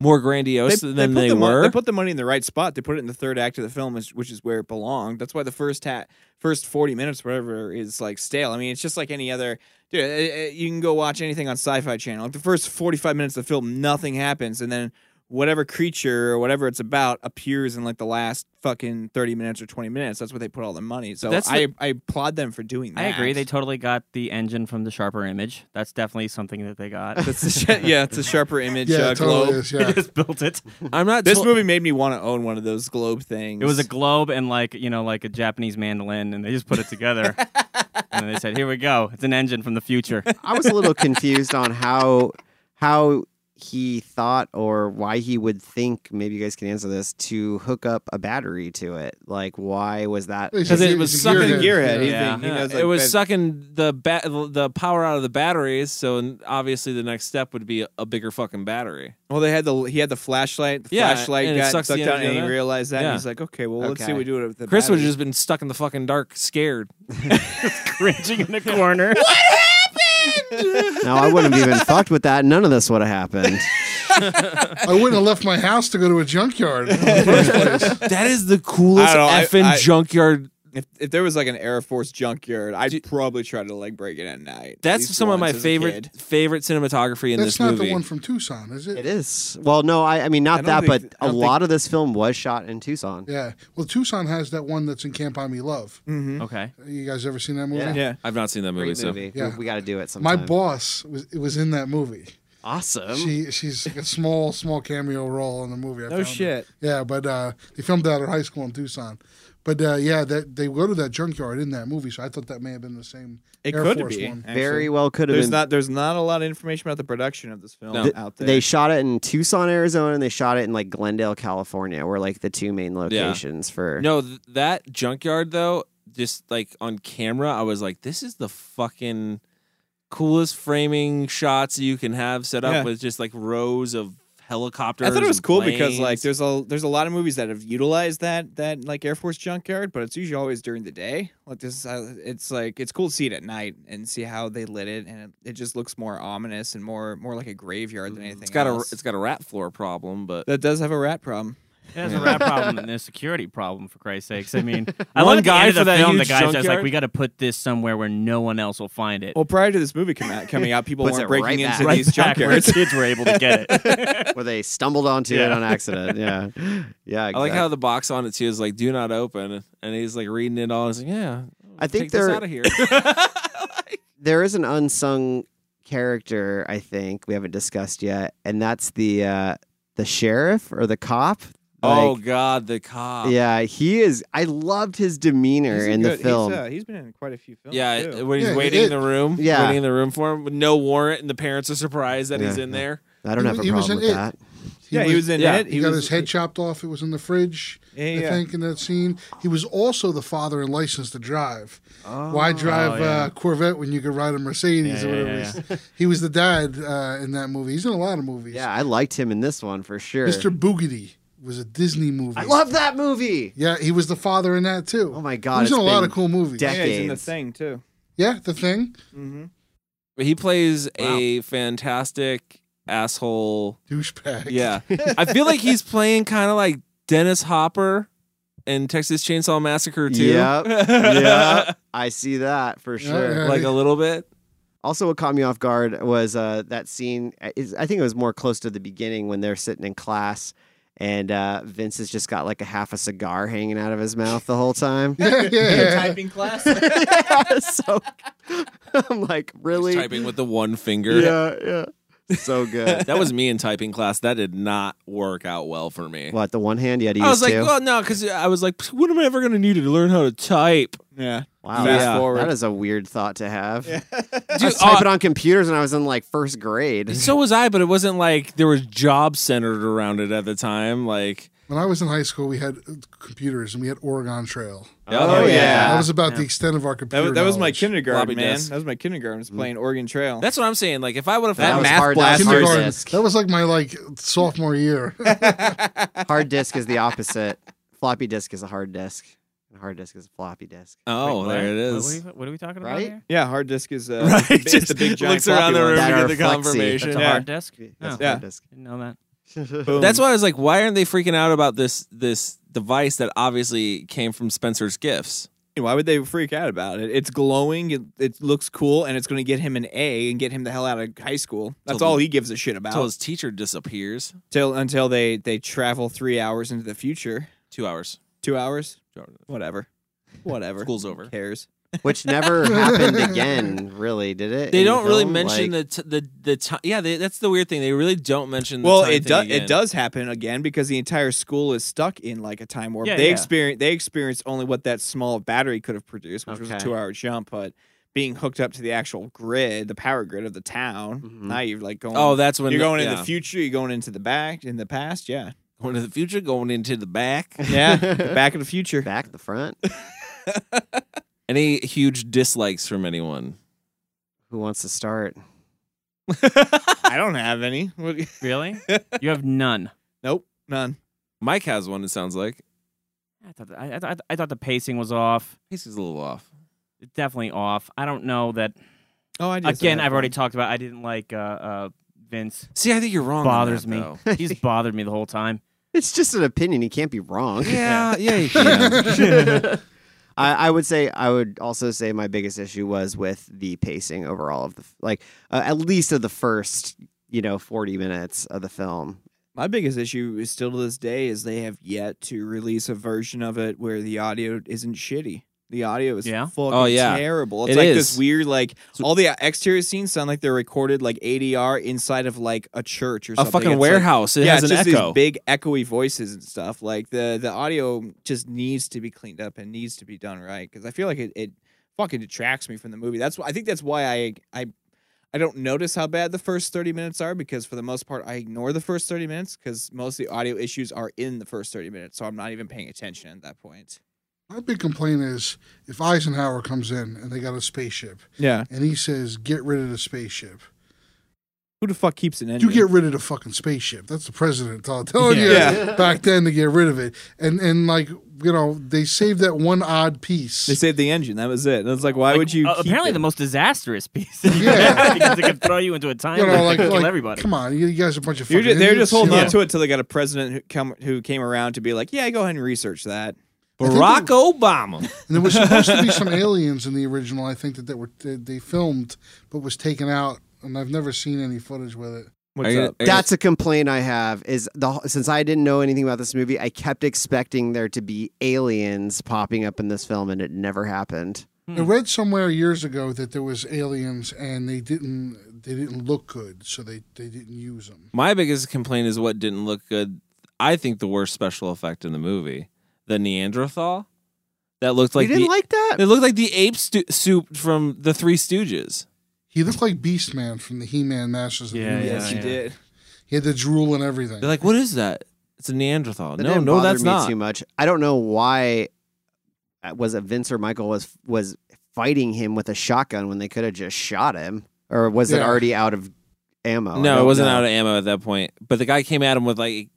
A: more grandiose than
B: put
A: they
B: the mo-
A: were.
B: they put the money in the right spot. They put it in the third act of the film, which, which is where it belonged. That's why the first hat, first forty minutes, whatever, is like stale. I mean, it's just like any other. Dude, eh, eh, you can go watch anything on Sci-Fi Channel. Like the first forty-five minutes of the film, nothing happens, and then whatever creature or whatever it's about appears in like the last fucking 30 minutes or 20 minutes. That's what they put all their money. So
E: That's
B: I,
E: the-
B: I applaud them for doing that.
E: I agree. They totally got the engine from the sharper image. That's definitely something that they got.
B: That's the sh- yeah, it's a sharper image
E: Yeah,
B: uh,
E: it totally
B: globe.
E: is, yeah. They just built it. I'm not
B: This
E: to-
B: movie made me want to own one of those globe things.
E: It was a globe and like you know like a Japanese mandolin, and they just put it together. and they said, "Here we go. It's an engine from the future."
C: I was a little confused on how how he thought or why he would think maybe you guys can answer this to hook up a battery to it. Like why was that?
A: because it was sucking
B: He Yeah. think- he knows, like,
A: it was
B: bad-
A: sucking the ba- the power out of the batteries. So n- obviously, the next step would be a, a bigger fucking battery.
B: Well, they had the he had the flashlight. The
A: Yeah,
B: flashlight
A: and it
B: got
A: sucks
B: sucked
A: the
B: out,
A: energy
B: and he
A: out.
B: realized that.
A: Yeah.
B: And he's like, okay, well, let's see
A: Okay.
B: what we do with the
A: Chris would
B: battery."
A: have just been stuck in the fucking dark, scared,
E: cringing in the corner.
C: No, I wouldn't have even fucked with that. None of this would have happened.
D: I wouldn't have left my house to go to a junkyard. in the first place.
A: that is the coolest
B: I don't know, I-
A: effing
B: I-
A: junkyard.
B: If, if there was like an Air Force junkyard, I'd probably try to like break it at night. at
A: That's
B: least
A: some of my
B: once as a
A: favorite
B: kid.
A: favorite cinematography in
D: That's
A: this
D: not
A: movie.
D: the one from Tucson, is it?
C: It is. Well, no, I, I mean
D: I
C: not
D: don't
C: that,
D: think-
C: but
D: I
C: a
D: don't
C: lot of this film was shot in Tucson.
D: Yeah. Well, Tucson has that one that's in Camp I Me Love.
B: Mm-hmm.
E: Okay.
D: You guys ever seen that movie?
A: I've not seen that movie.
C: Great
A: so
C: movie.
D: Yeah.
C: We, got to do it
D: My
C: sometime.
D: boss was it was in that movie.
C: awesome.
D: She she's like a small small cameo role in the movie. I
B: No
D: found
B: shit.
D: It. Yeah, but uh, they filmed that at high school in Tucson. But uh, yeah, that they go to that junkyard in that movie, so I thought that may have been the same
B: It
D: Air
B: could
D: Force
B: be.
D: one.
C: Very well could have
B: there's
C: been.
B: not there's not a lot of information about the production of this film
C: Th-
B: out there.
C: They shot it in Tucson, Arizona, and they shot it in like Glendale, California, were like the two main
A: Yeah.
C: locations for.
A: No, th- that junkyard though, just like on camera, I was like, this is the fucking coolest framing shots you can have set up
B: Yeah.
A: with just like rows of helicopters.
B: I thought it was
A: and
B: cool because like
A: planes.
B: there's a there's a lot of movies that have utilized that that like Air Force junkyard, but it's usually always during the day. Like this, uh, it's like it's cool to see it at night and see how they lit it, and it, it just looks more ominous and more more like a graveyard than anything.
A: Mm-hmm. it's got a
B: else.
A: it's got a rat floor problem, but
B: that does have a rat problem.
E: There's a rat problem and a security problem for Christ's sakes. I mean, I
A: One
E: love at the
A: guy
E: end of
A: for
E: the
A: that
E: film. The
A: huge
E: guy's just like,
A: junkyard?
E: "We got to put this somewhere where no one else will find it."
B: Well, prior to this movie come out, coming out, people
C: Puts
B: weren't
C: it
B: breaking
C: right back.
B: into
E: Right
B: these
E: back where
B: junkyards.
E: kids were able to get it.
C: where they stumbled onto it
E: Yeah.
C: on accident. Yeah. Yeah.
A: I like
C: exactly.
A: how the box on it too is like "Do not open," and he's like reading it all. And he's like, "Yeah,
C: I think
A: take this
C: they're-
A: out of here."
C: there is an unsung character, I think, we haven't discussed yet, and that's the uh, the sheriff or the cop.
A: oh
C: Like,
A: God, the cop.
C: yeah. He is. I loved his demeanor
B: He's a
C: in the
B: good- he's,
C: film.
B: uh, he's been in quite a few films.
A: Yeah,
B: too.
A: when he's
D: Yeah, he
A: waiting in
D: did.
A: the room,
C: Yeah.
A: waiting in the room for him with no warrant, and the parents are surprised that he's
C: Yeah.
A: in there.
C: I don't
D: He
C: have a
D: was- he was
C: problem
D: in
C: with
D: it.
C: that.
B: yeah, he was in
A: yeah,
B: it.
D: He, got his head chopped off. It was in the fridge,
B: Yeah,
D: I
B: yeah.
D: think, in that scene. He was also the father in License to Drive. Why drive
E: Oh, yeah.
D: uh, Corvette when you could ride a Mercedes
E: Yeah,
D: or
E: yeah,
D: whatever?
E: yeah,
D: it is? He was the dad uh, in that movie. He's in a lot of movies.
C: Yeah. I liked him in this one for sure.
D: Mr. Boogedy was a Disney movie.
C: I love that movie.
D: Yeah, he was the father in that too.
C: Oh my God.
D: He was in
C: it's
D: a lot of
C: been
D: cool movies.
C: dec-
B: Yeah, he's in the
C: decades.
B: thing too.
D: yeah, The Thing,
B: Mm-hmm.
A: But He plays a fantastic asshole.
D: douchebag.
A: Yeah. I feel like he's playing kind of like Dennis Hopper in Texas Chainsaw Massacre too.
C: Yep. yep. I see that for
D: Yeah,
C: sure.
D: yeah.
A: like a little bit.
C: Also, what caught me off guard was uh, that scene. Is, I think it was more close to the beginning when they're sitting in class, and uh, Vince has just got like a half a cigar hanging out of his mouth the whole time.
D: yeah, yeah.
B: Typing class.
C: so I'm like, really?
A: He's typing with the one finger.
C: yeah, yeah. So good.
A: That was me in typing class. That did not work out well for me.
C: what the one hand? Yeah, to
A: I was
C: use
A: like,
C: two?
A: well, no, because I was like, when am I ever going to need to learn how to type?
B: yeah.
C: wow,
A: fast
C: yeah,
B: forward.
C: that is a weird thought to have. I
A: Dude, uh,
C: was typing on computers when I was in like first grade.
A: So was I, but it wasn't like there was job centered around it at the time. Like,
D: When I was in high school, we had uh, computers and we had Oregon Trail.
C: Oh, yeah.
D: that was about the extent of our
B: That,
D: computer.
B: was, that was my
D: knowledge.
A: Floppy
B: kindergarten, man.
A: disk.
B: That was my kindergarten. I was playing Oregon Trail.
A: that's what I'm saying. Like, if I would have
C: That was
A: had
C: hard, that was hard
D: kindergarten.
C: disk.
D: That was like my like sophomore year.
C: Hard disk is the opposite. floppy disk is a hard disk. and Hard disk is a floppy disk.
A: oh, there it
E: What-
A: is.
E: What, are we- what are we talking about?
C: Right?
E: Here?
B: yeah, hard disk is uh,
A: Right,
B: it's
A: just
B: the big giant
A: looks around the
B: floppy
A: room.
B: one.
C: That
A: get
C: are
A: the
C: flexi.
A: confirmation.
E: That's a
B: Yeah.
E: hard disk.
C: That's
E: Oh,
C: a
B: Yeah.
C: hard disk.
E: Didn't know that.
B: Boom.
A: That's why I was like, why aren't they freaking out about this this device that obviously came from Spencer's gifts?
B: Why would they freak out about it? It's glowing. It, it looks cool, and it's going to get him an A and get him the hell out of high school. That's
A: Till-
B: all he gives a shit about.
A: Till his teacher disappears.
B: till until they they travel three hours into the future.
A: Two hours.
B: Two hours.
A: Two hours.
B: Whatever. Whatever.
A: School's over.
B: Who cares.
C: which never happened again, really, did it?
A: They
C: in
A: don't really
C: film?
A: mention
C: Like,
A: the t- the the time. Yeah, they, that's the weird thing. They really don't mention. The
B: Well,
A: time
B: it
A: thing
B: does.
A: again.
B: It does happen again because the entire school is stuck in like a time warp.
E: Yeah,
B: they
E: yeah.
B: experience they experience only what that small battery could have produced, which was a
C: Okay.
B: two hour jump. But being hooked up to the actual grid, the power grid of the town, now you're like going.
A: Oh, that's when
B: you're
A: the-
B: going in
A: yeah.
B: the future. You're going into the back in the past. Yeah,
A: Going to the future, going into the back.
B: yeah, the back of the future.
C: back the front.
A: Any huge dislikes from anyone?
C: Who wants to start?
B: I don't have any. What-
E: Really? you have none.
B: nope, none.
A: Mike has one. It sounds like
E: I thought the, I, I, thought- I thought the pacing was off.
A: he's a little off.
E: It's definitely off. I don't know that.
B: Oh, I did.
E: Again,
B: have
E: I've already
B: one.
E: talked about. I didn't like uh, uh, Vince.
A: See, I think you're wrong. on
E: Bothers
A: that,
E: me.
A: though.
E: He's bothered me the whole time.
C: It's just an opinion. He can't be wrong.
A: Yeah, yeah, you can.
C: I, I would say I would also say my biggest issue was with the pacing overall of the f- like uh, at least of the first you know forty minutes of the film.
B: My biggest issue is still to this day is they have yet to release a version of it where the audio isn't shitty. The audio is
E: Yeah.
B: fucking
A: Oh, yeah.
B: terrible. It's
A: It
B: like
A: is.
B: this weird like all the exterior scenes sound like they're recorded like ADR inside of like a church or
A: a
B: something.
A: fucking
B: It's
A: warehouse.
B: Like,
A: it
B: yeah,
A: has
B: it's
A: an
B: just
A: echo.
B: these big echoey voices and stuff. Like the the audio just needs to be cleaned up and needs to be done right because I feel like it, it fucking detracts me from the movie. That's why I think that's why I I I don't notice how bad the first 30 minutes are because for the most part I ignore the first 30 minutes because most of the audio issues are in the first 30 minutes, so I'm not even paying attention at that point.
D: My big complaint is if Eisenhower comes in and they got a spaceship
B: Yeah.
D: and he says, "Get rid of the spaceship."
B: Who the fuck keeps an
D: You
B: engine?
D: get rid of the fucking spaceship. That's the president tell- telling you
B: Yeah.
D: back then to get rid of it. And and like you know they saved that one odd piece.
B: they saved the engine. That was it. And it's like, why
E: Like,
B: would you?
E: uh,
B: keep
E: apparently
B: it?
E: the most disastrous piece that you
D: Yeah.
E: could have because it could throw you into a time
D: you
E: loop
D: know,
E: and
D: like,
E: kill
D: like,
E: everybody.
D: come on, you you guys are a bunch of
B: You're
D: fucking
B: ju- they're
D: idiots,
B: just holding
D: you
B: on
D: know?
B: to it till they got a president who come who came around to be like, yeah, go ahead and research that.
A: Barack Obama.
D: And there was supposed to be some aliens in the original, I think that, that were that they filmed, but was taken out, and I've never seen any footage with it.
B: What's
A: Are you-
B: up?
A: are you-
C: That's a complaint I have is the since I didn't know anything about this movie, I kept expecting there to be aliens popping up in this film, and it never happened.
D: I
E: Hmm.
D: read somewhere years ago that there was aliens, and they didn't they didn't look good, so they they didn't use them.
A: My biggest complaint is what didn't look good. I think the worst special effect in the movie, the Neanderthal, that looked like
C: you didn't
A: the,
C: like that?
A: it looked like the ape stu- soup from the Three Stooges.
D: He looked like Beast Man from the He Man Masters of the
E: Yeah,
D: Universe.
B: Yes, you
E: yeah.
B: did.
D: He had the drool and everything.
A: They're like, what is that? It's a Neanderthal.
C: That
A: no,
C: didn't
A: no,
C: bother
A: that's
C: me
A: not.
C: too much. I don't know why uh, was it Vince or Michael was was fighting him with a shotgun when they could have just shot him, or was it
D: Yeah.
C: already out of
B: Oh,
C: ammo? I
A: no, it
C: don't
A: wasn't
C: know.
A: out of ammo at that point. But the guy came at him with like,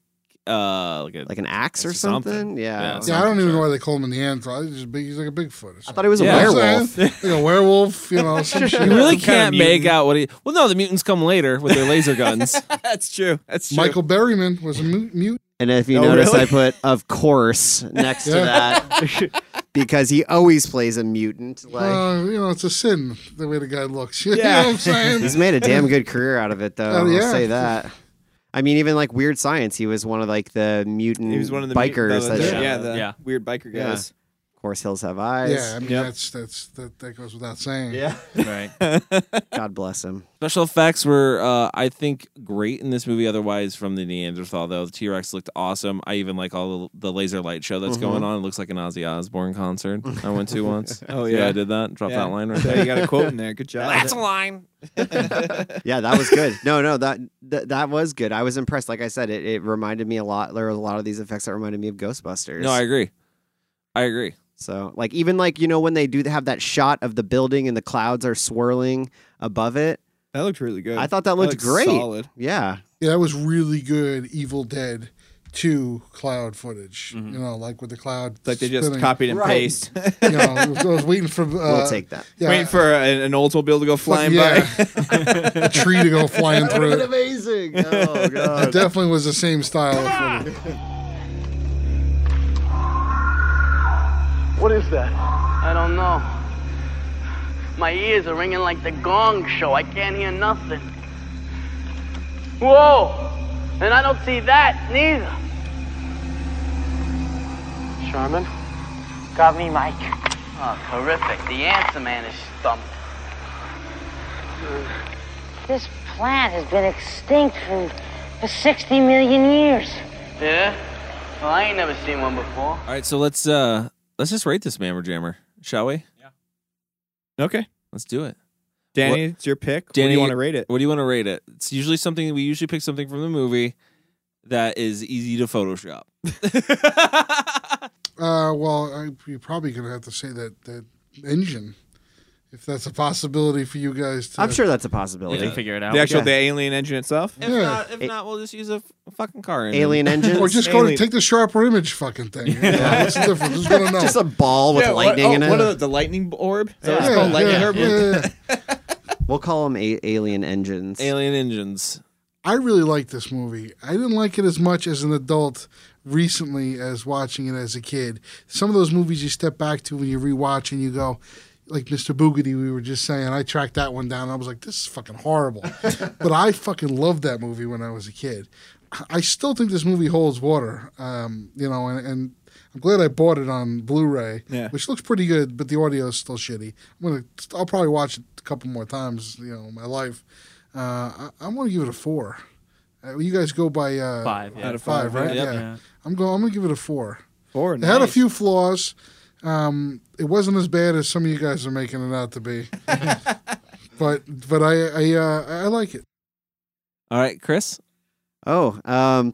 A: uh, like a,
C: like an axe or
A: It's something.
C: something. Yeah.
A: Yeah,
C: I don't
D: yeah, I
C: know.
D: don't even know why they call him a Neanderthal. He's, just big, he's like a Bigfoot. Or something.
C: I thought it was
A: Yeah.
C: a
D: You know what I'm
C: werewolf.
D: saying? like a werewolf, you know. Some shit.
A: you really
B: Some kind of
A: can't make
B: mutant.
A: out what he. Well, no, the mutants come later with their laser guns.
B: That's true. That's true.
D: Michael Berryman was a mute. mute.
C: And if you
B: Oh,
C: notice,
B: really?
C: I put "of course" next to that because he always plays a mutant. Like
D: Uh, you know, it's a sin the way the guy looks. You know
B: Yeah.
D: what I'm saying?
C: he's made a damn good career out of it, though.
D: Oh, yeah.
C: I'll say that. I mean, even like Weird Science, he was one of like the mutant
B: He was one of the
C: bikers.
B: The,
C: that
B: the,
C: shot
B: yeah,
C: him.
B: the
E: Yeah.
B: weird biker
C: Yeah.
B: guys.
C: Of course, Hills Have Eyes.
D: Yeah, I mean
B: Yep.
D: that's that's that, that goes without saying.
E: Right.
C: God bless him.
A: Special effects were, uh, I think, great in this movie. Otherwise, from the Neanderthal, though, the T Rex looked awesome. I even like all the, the laser light show that's going on. It looks like an Ozzy Osbourne concert I went to once.
B: Mm-hmm. Oh,
A: I
B: yeah.
A: did that. Drop
B: Yeah.
A: that line right
B: Yeah,
A: there.
B: you got a quote in there. Good job.
A: line.
C: Yeah, that was good. No, no, that, that that was good. I was impressed. Like I said, it, it reminded me a lot. There were a lot of these effects that reminded me of Ghostbusters.
A: No, I agree. I agree.
C: So, like, even like you know when they do have that shot of the building and the clouds are swirling above it.
B: That looked really good.
C: I thought that looked great.
B: Solid.
C: Yeah,
D: Yeah, that was really good. Evil Dead Two cloud footage. You know, like with the cloud.
B: Like they just
D: spinning.
B: copied and
C: Right.
B: pasted.
D: You know, I was, I was waiting for. Uh,
C: we'll take that.
D: Yeah,
B: Waiting for an, an Oldsmobile to go flying by.
D: by. a tree to go flying through. it.
C: amazing! Oh
D: It
C: god.
D: definitely was the same style of footage.
J: What is that?
H: I don't know. My ears are ringing like the gong show. I can't hear nothing. Whoa! And I don't see that neither. Sherman? Got me, Mike. Oh, horrific. The answer man is stumped.
K: This plant has been extinct for, for 60 million years.
H: Yeah? Well, I ain't never seen one before.
A: All right, so let's uh let's just rate this Mammer Jammer, shall we? Yeah.
B: Okay.
A: Let's do it.
B: Danny,
A: What-
B: it's your pick.
A: Danny,
B: Danny, you want to rate it?
A: What do you want to rate it? It's usually something we usually pick something from the movie that is easy to Photoshop.
D: Uh, well, I, you're probably gonna have to say that that engine, if that's a possibility for you guys. to...
C: I'm sure that's a possibility.
B: The actual the alien engine itself.
A: If not, if not, we'll just use a f- fucking car. engine.
C: Alien engines?
D: Or just go to
C: Alien-
D: take the sharper image fucking thing. Yeah. What's the difference? Who's gonna know?
C: Just a ball with
B: Yeah, what-
C: lightning
B: oh,
C: in it.
B: What are the, the lightning orb? Is that what it's
D: Yeah,
B: called? Lightning orb?
C: We'll call them a- alien engines.
A: Alien engines.
D: I really like this movie. I didn't like it as much as an adult recently as watching it as a kid. Some of those movies you step back to when you rewatch and you go, like Mr. Boogedy, we were just saying, I tracked that one down. I was like, this is fucking horrible. but I fucking loved that movie when I was a kid. I- I still think this movie holds water, um, you know, and, and I'm glad I bought it on Blu-ray,
B: Yeah.
D: which looks pretty good, but the audio is still shitty. I'm gonna, I'll probably watch it a couple more times, you know, in my life. Uh, I, I'm gonna give it a four. Uh, you guys go by uh,
E: Five, yeah.
D: out of five,
E: Five,
D: right?
E: yeah.
D: Yeah.
E: Yep. Yeah.
D: I'm going. I'm gonna give it a four.
B: Four.
D: It had a
B: nice.
D: few flaws. Um, it wasn't as bad as some of you guys are making it out to be, but but I I uh, I like it.
A: All right, Chris.
C: Oh, um,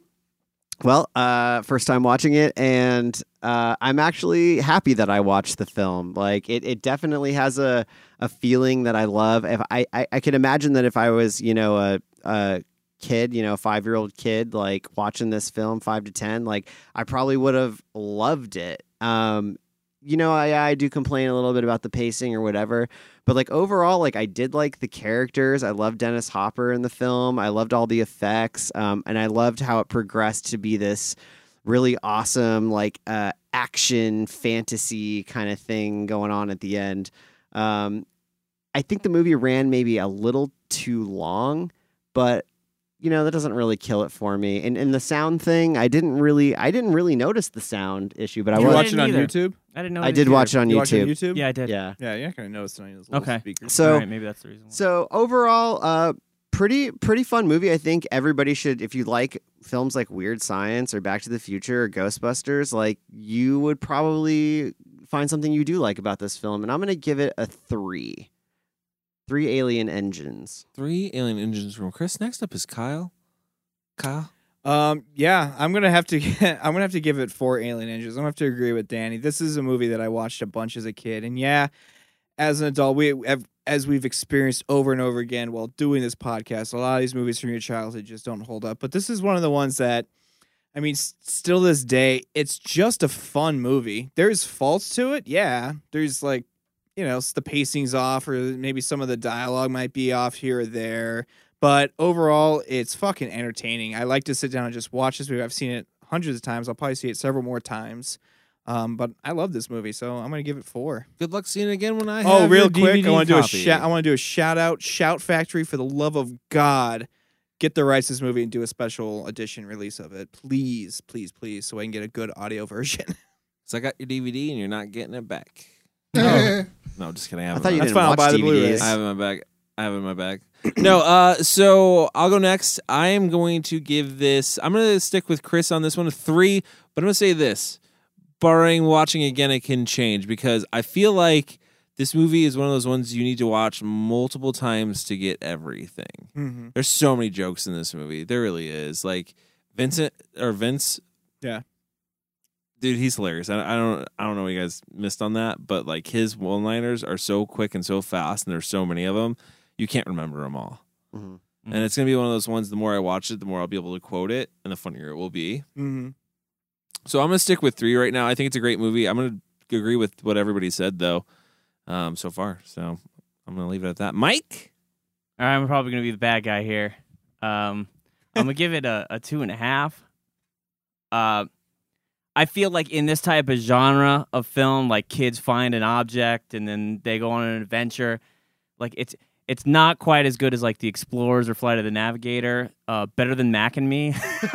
C: well, uh, first time watching it, and uh, I'm actually happy that I watched the film. Like, it, it definitely has a, a feeling that I love. If I, I, I can imagine that if I was, you know, a, a kid, you know, five year old kid, like watching this film, five to 10, like, I probably would have loved it. Um, you know, I, I do complain a little bit about the pacing or whatever, but like overall, like I did like the characters. I loved Dennis Hopper in the film. I loved all the effects, um, and I loved how it progressed to be this really awesome like uh, action fantasy kind of thing going on at the end. Um, I think the movie ran maybe a little too long, but you know that doesn't really kill it for me. And and the sound thing, I didn't really, I didn't really notice the sound issue, but I
B: Did you
C: was-
B: watch it on
E: either.
B: YouTube?
E: I didn't know.
C: I did watch it on
B: You watch it
C: YouTube.
B: on YouTube? Hmm.
E: Yeah, I did.
C: Yeah.
B: Yeah, you're not gonna notice any of those little
E: Okay.
B: speakers.
C: So-
E: All right, maybe that's the reason. Why.
C: So overall, uh, pretty pretty fun movie. I think everybody should, if you like films like Weird Science or Back to the Future or Ghostbusters, like you would probably find something you do like about this film. And I'm gonna give it a three, three alien engines.
A: Three alien engines from Chris. Next up is Kyle. Kyle.
B: Um, yeah, I'm gonna have to. I'm gonna have to give it four alien engines. I'm gonna have to agree with Danny. This is a movie that I watched a bunch as a kid, and yeah, as an adult, we have, as we've experienced over and over again while doing this podcast, a lot of these movies from your childhood just don't hold up. But this is one of the ones that, I mean, s- still this day, it's just a fun movie. There's faults to it, yeah. There's like, you know, s- the pacing's off, or maybe some of the dialogue might be off here or there. But overall, it's fucking entertaining. I like to sit down and just watch this movie. I've seen it hundreds of times. I'll probably see it several more times. Um, but I love this movie, so I'm gonna give it four.
A: Good luck seeing it again when I.
B: Oh,
A: have
B: real
A: your
B: quick,
A: DVD
B: I want to do a
A: copy.
B: shout. I want to do a shout out, Shout Factory, for the love of God, get the rights to this movie and do a special edition release of it, please, please, please, so I can get a good audio version.
A: So I got your DVD and you're not getting it back. No, just kidding. I,
C: I,
A: have it
C: thought you
A: back.
C: didn't
B: fine, I'll
C: watch
B: buy the
C: DVDs.
B: Blu-rays.
A: I have it in my bag. I have it in my bag. no, uh, so I'll go next. I am going to give this. I'm going to stick with Chris on this one, a three. But I'm going to say this: barring watching again, it can change because I feel like this movie is one of those ones you need to watch multiple times to get everything.
B: Mm-hmm,
A: There's so many jokes in this movie. There really is. Like Vincent or Vince.
B: Yeah.
A: Dude, he's hilarious. I, I don't I don't know what you guys missed on that, but like his one-liners are so quick and so fast and there's so many of them, you can't remember them all.
C: Mhm.
A: And it's going to be one of those ones the more I watch it, the more I'll be able to quote it and the funnier it will be.
B: Mm-hmm.
A: So I'm going to stick with 3 right now. I think it's a great movie. I'm going to agree with what everybody said though. Um so far. So I'm going to leave it at that. Mike?
E: All right, I'm probably gonna be the bad guy here. Um, I'm gonna give it a, a two and a half. Uh, I feel like in this type of genre of film, like kids find an object and then they go on an adventure. Like it's it's not quite as good as like the Explorers or Flight of the Navigator. Uh, better than Mac and Me.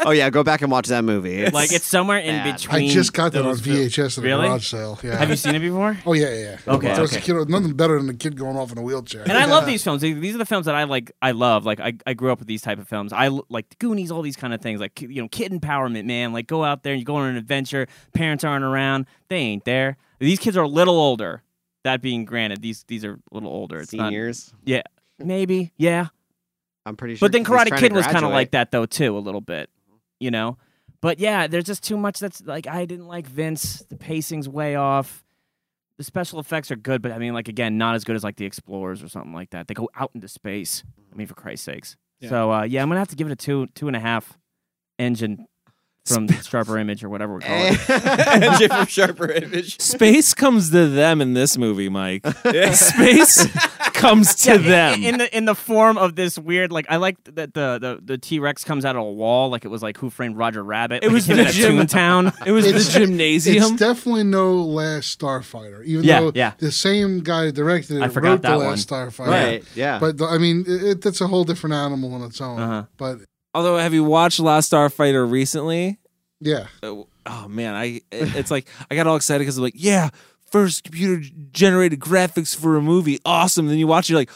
C: oh yeah, go back and watch that movie.
E: like it's somewhere in
C: bad.
E: between.
D: I just got that on
E: those fil-
D: VHS at a
E: Really?
D: garage sale. Yeah.
E: Have you seen it before?
D: Oh yeah, yeah. yeah.
E: Okay,
D: There was a
E: okay.
D: kid- nothing better than a kid going off in a wheelchair.
E: And I love these films. These are the films that I like. I love. Like I, I grew up with these type of films. I l- like the Goonies, all these kind of things. Like you know, kid empowerment, man. Like go out there and you go on an adventure. Parents aren't around. They ain't there. These kids are a little older. That being granted, these these are a little older. It's not-
C: Seniors?
E: yeah, maybe. Yeah.
C: I'm pretty sure.
E: But then
C: 'cause he's
E: Karate
C: trying
E: Kid
C: to
E: was kind of
C: graduate.
E: like that though too, a little bit, you know. But yeah, there's just too much that's like I didn't like Vince. The pacing's way off. The special effects are good, but I mean, like again, not as good as like the Explorers or something like that. They go out into space. I mean, for Christ's sakes.
B: Yeah.
E: So uh, yeah, I'm gonna have to give it a two, two and a half engine from Sharper Image or whatever we call it.
B: Engine from Sharper Image.
A: Space comes to them in this movie, Mike. Space comes to
E: Yeah, i-
A: them.
E: in the in the form of this weird like I like that the the the T Rex comes out of a wall like it was like Who Framed Roger Rabbit.
A: It
E: like
A: was
E: came
A: the
E: out of
A: gym-
E: Toontown.
A: it was
D: It's-
A: the gymnasium.
D: It's definitely no Last Starfighter, even
E: Yeah,
D: though
E: yeah.
D: the same guy directed it
E: I forgot
D: wrote
E: that
D: the Last
E: one.
D: Starfighter.
C: Right, yeah.
D: But the- I mean, it, it- that's a whole different animal on its own.
E: Uh-huh.
D: But
A: Although, have you watched Last Starfighter recently?
D: yeah,
A: Uh, Oh man, I it- it's like I got all excited because I'm like, yeah, first computer generated graphics for a movie, awesome. Then you watch it, you're like,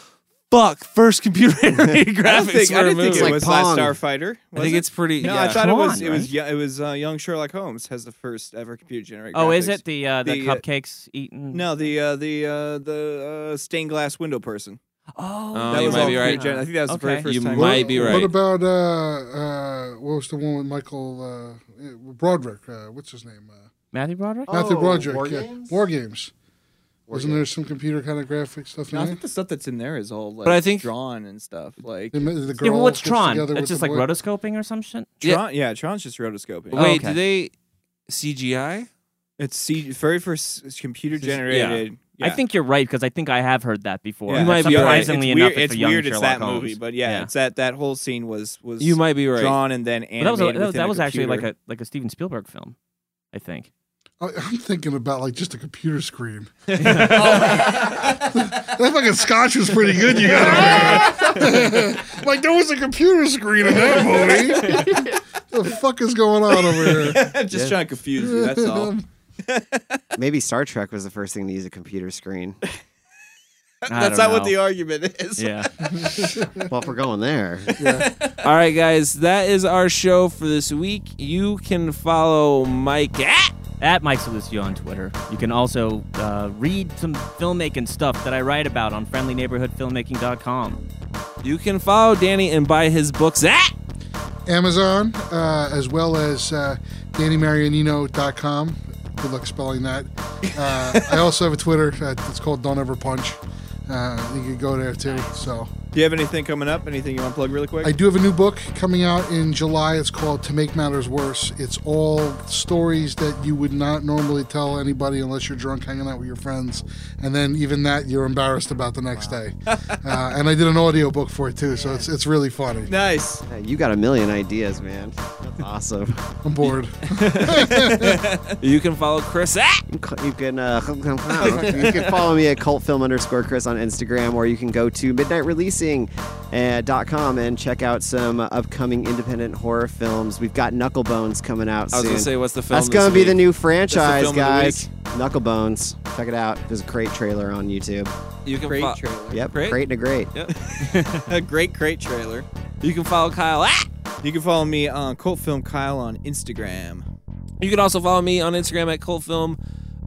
A: fuck, first computer generated graphics
B: I don't think,
A: for
B: I
A: a
B: didn't
A: movie.
B: think it
C: Like
B: was
C: Pong.
B: Last Starfighter.
A: I
B: was
A: think
B: it?
A: it's pretty.
B: No,
A: yeah.
B: I thought it was
E: Tron,
B: it was
E: right?
B: yo- it was uh, young Sherlock Holmes has the first ever computer generated.
E: Oh, is
B: graphics.
E: it the uh, the,
B: The, uh,
E: cupcakes eaten?
B: No, the uh, the uh, the uh, stained glass window person.
E: Oh,
A: Oh,
B: that
A: you
B: was
A: might
B: all
A: be right.
B: pre-gen- I think that was the very
E: Okay.
B: first
A: You
B: time.
A: might be right.
D: What about uh, uh, what was the one with Michael uh, eh, Broderick? Uh, what's his name? Uh,
E: Matthew Broderick.
D: Matthew
C: Oh,
D: Broderick.
C: War
D: yeah.
C: Games?
D: War Games. Wasn't there some computer kind of graphic stuff
B: No, I
D: in there?
B: think the stuff that's in there is all like
A: But I think-
B: drawn and stuff. Like
D: The, the
E: yeah,
D: girl
E: well, what's
D: gets
E: Tron?
D: together
E: It's
D: with
E: just
D: the
E: like
D: boy-
E: rotoscoping or some shit.
A: Yeah.
B: Tron, yeah, Tron's just rotoscoping.
A: Wait,
E: okay.
A: do they CGI?
B: It's C- very first computer generated.
E: I think you're right because I think I have heard that before.
A: You might be right.
E: surprisingly
B: it's
E: enough,
B: weird.
E: it's,
B: It's
E: a young
B: weird. It's
E: Sherlock
B: that
E: Holmes.
B: movie, but yeah, it's that that whole scene was was
A: You might be right.
B: drawn and then
E: But
B: animated.
E: that was a, that, was-
B: within
E: that
B: a
E: was actually like
B: computer.
E: a like a Steven Spielberg film, I think.
D: I- I'm thinking about like just a computer screen. that fucking scotch was pretty good. You got over there. like there was a computer screen in that movie. the fuck is going on over here?
B: I'm just trying to confuse you. That's all.
C: Maybe Star Trek was the first thing to use a computer screen.
E: I
B: That's
E: don't
B: not what
E: know.
B: the argument is.
E: Yeah.
C: well, if we're going there,
A: All right, guys, that is our show for this week. You can follow Mike at.
E: At Mike Solucio on Twitter. You can also uh, read some filmmaking stuff that I write about on friendlyneighborhoodfilmmaking.com.
A: You can follow Danny and buy his books at.
D: Amazon, uh, as well as uh, DannyMarianino.com. Good luck spelling that. Uh, I also have a Twitter. Uh, it's called Don't Ever Punch. Uh, you can go there too. So.
B: Do you have anything coming up? Anything you want to plug really quick?
D: I do have a new book coming out in July. It's called To Make Matters Worse. It's all stories that you would not normally tell anybody unless you're drunk hanging out with your friends. And then even that you're embarrassed about the next day. uh, and I did an audio book for it too, so it's it's really funny.
B: nice.
C: Hey, you got a million ideas, man. That's awesome.
D: I'm bored.
A: You can follow Chris at.
C: You can uh, you can follow me at cultfilm underscore Chris on Instagram, or you can go to midnightreleasing.com and check out some upcoming independent horror films. We've got Knucklebones coming out
A: I was
C: soon.
A: gonna say, what's the film?
C: That's
A: this
C: gonna be
A: week?
C: the new
A: That's
C: franchise,
A: the film
C: guys.
A: of
C: Knucklebones, check it out. There's a great trailer on YouTube.
A: You can
B: Great
A: fo-
B: trailer.
C: Yep,
A: Great.
C: great, and a great.
A: Yep.
B: A great, great trailer.
A: You can follow Kyle at.
B: You can follow me on Cult Film Kyle on Instagram.
A: You can also follow me on Instagram at cultfilm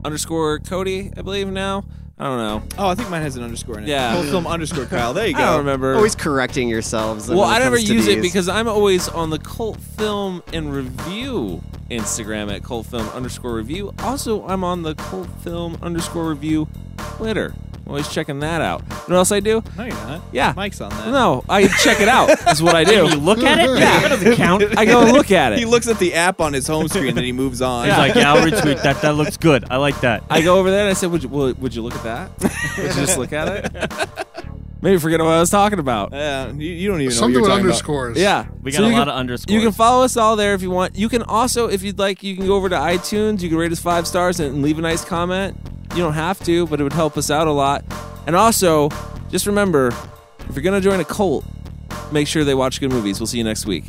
A: underscore Cody, I believe now. I don't know.
B: Oh, I think mine has an underscore in it.
A: Yeah.
B: Cult Film underscore Kyle. There you
A: I don't
B: go.
A: remember.
C: Always correcting yourselves.
A: well,
C: when it
A: I never
C: comes to
A: use it
C: these.
A: because I'm always on the cult film and review Instagram at cult film underscore review. Also, I'm on the cult film underscore review Twitter. I'm always checking that out. You know what else I do?
B: No, you're not.
A: Yeah.
B: Mike's on
C: Uh,
B: that.
A: No, I check it out. Is what I
E: Can you
A: do.
E: look at it? Yeah, that doesn't count.
A: I go and look at it.
B: He looks at the app on his home screen, then he moves on.
E: He's like, yeah, I'll retweet that. That looks good. I like that.
A: I go over there and I said, "Would you would, would you look at that? Would you just look at it?" Maybe forget what I was talking about.
B: Yeah, you, you don't even
D: Something
B: know
D: with
B: what you're talking
D: underscores.
B: About.
A: Yeah,
E: We
A: So
E: got a
A: you
E: lot
A: can-
E: of underscores.
A: You can follow us all there if you want. You can also, if you'd like, you can go over to iTunes. You can rate us five stars and leave a nice comment. You don't have to, but it would help us out a lot. And also, just remember, if you're gonna join a cult, make sure they watch good movies. We'll see you next week.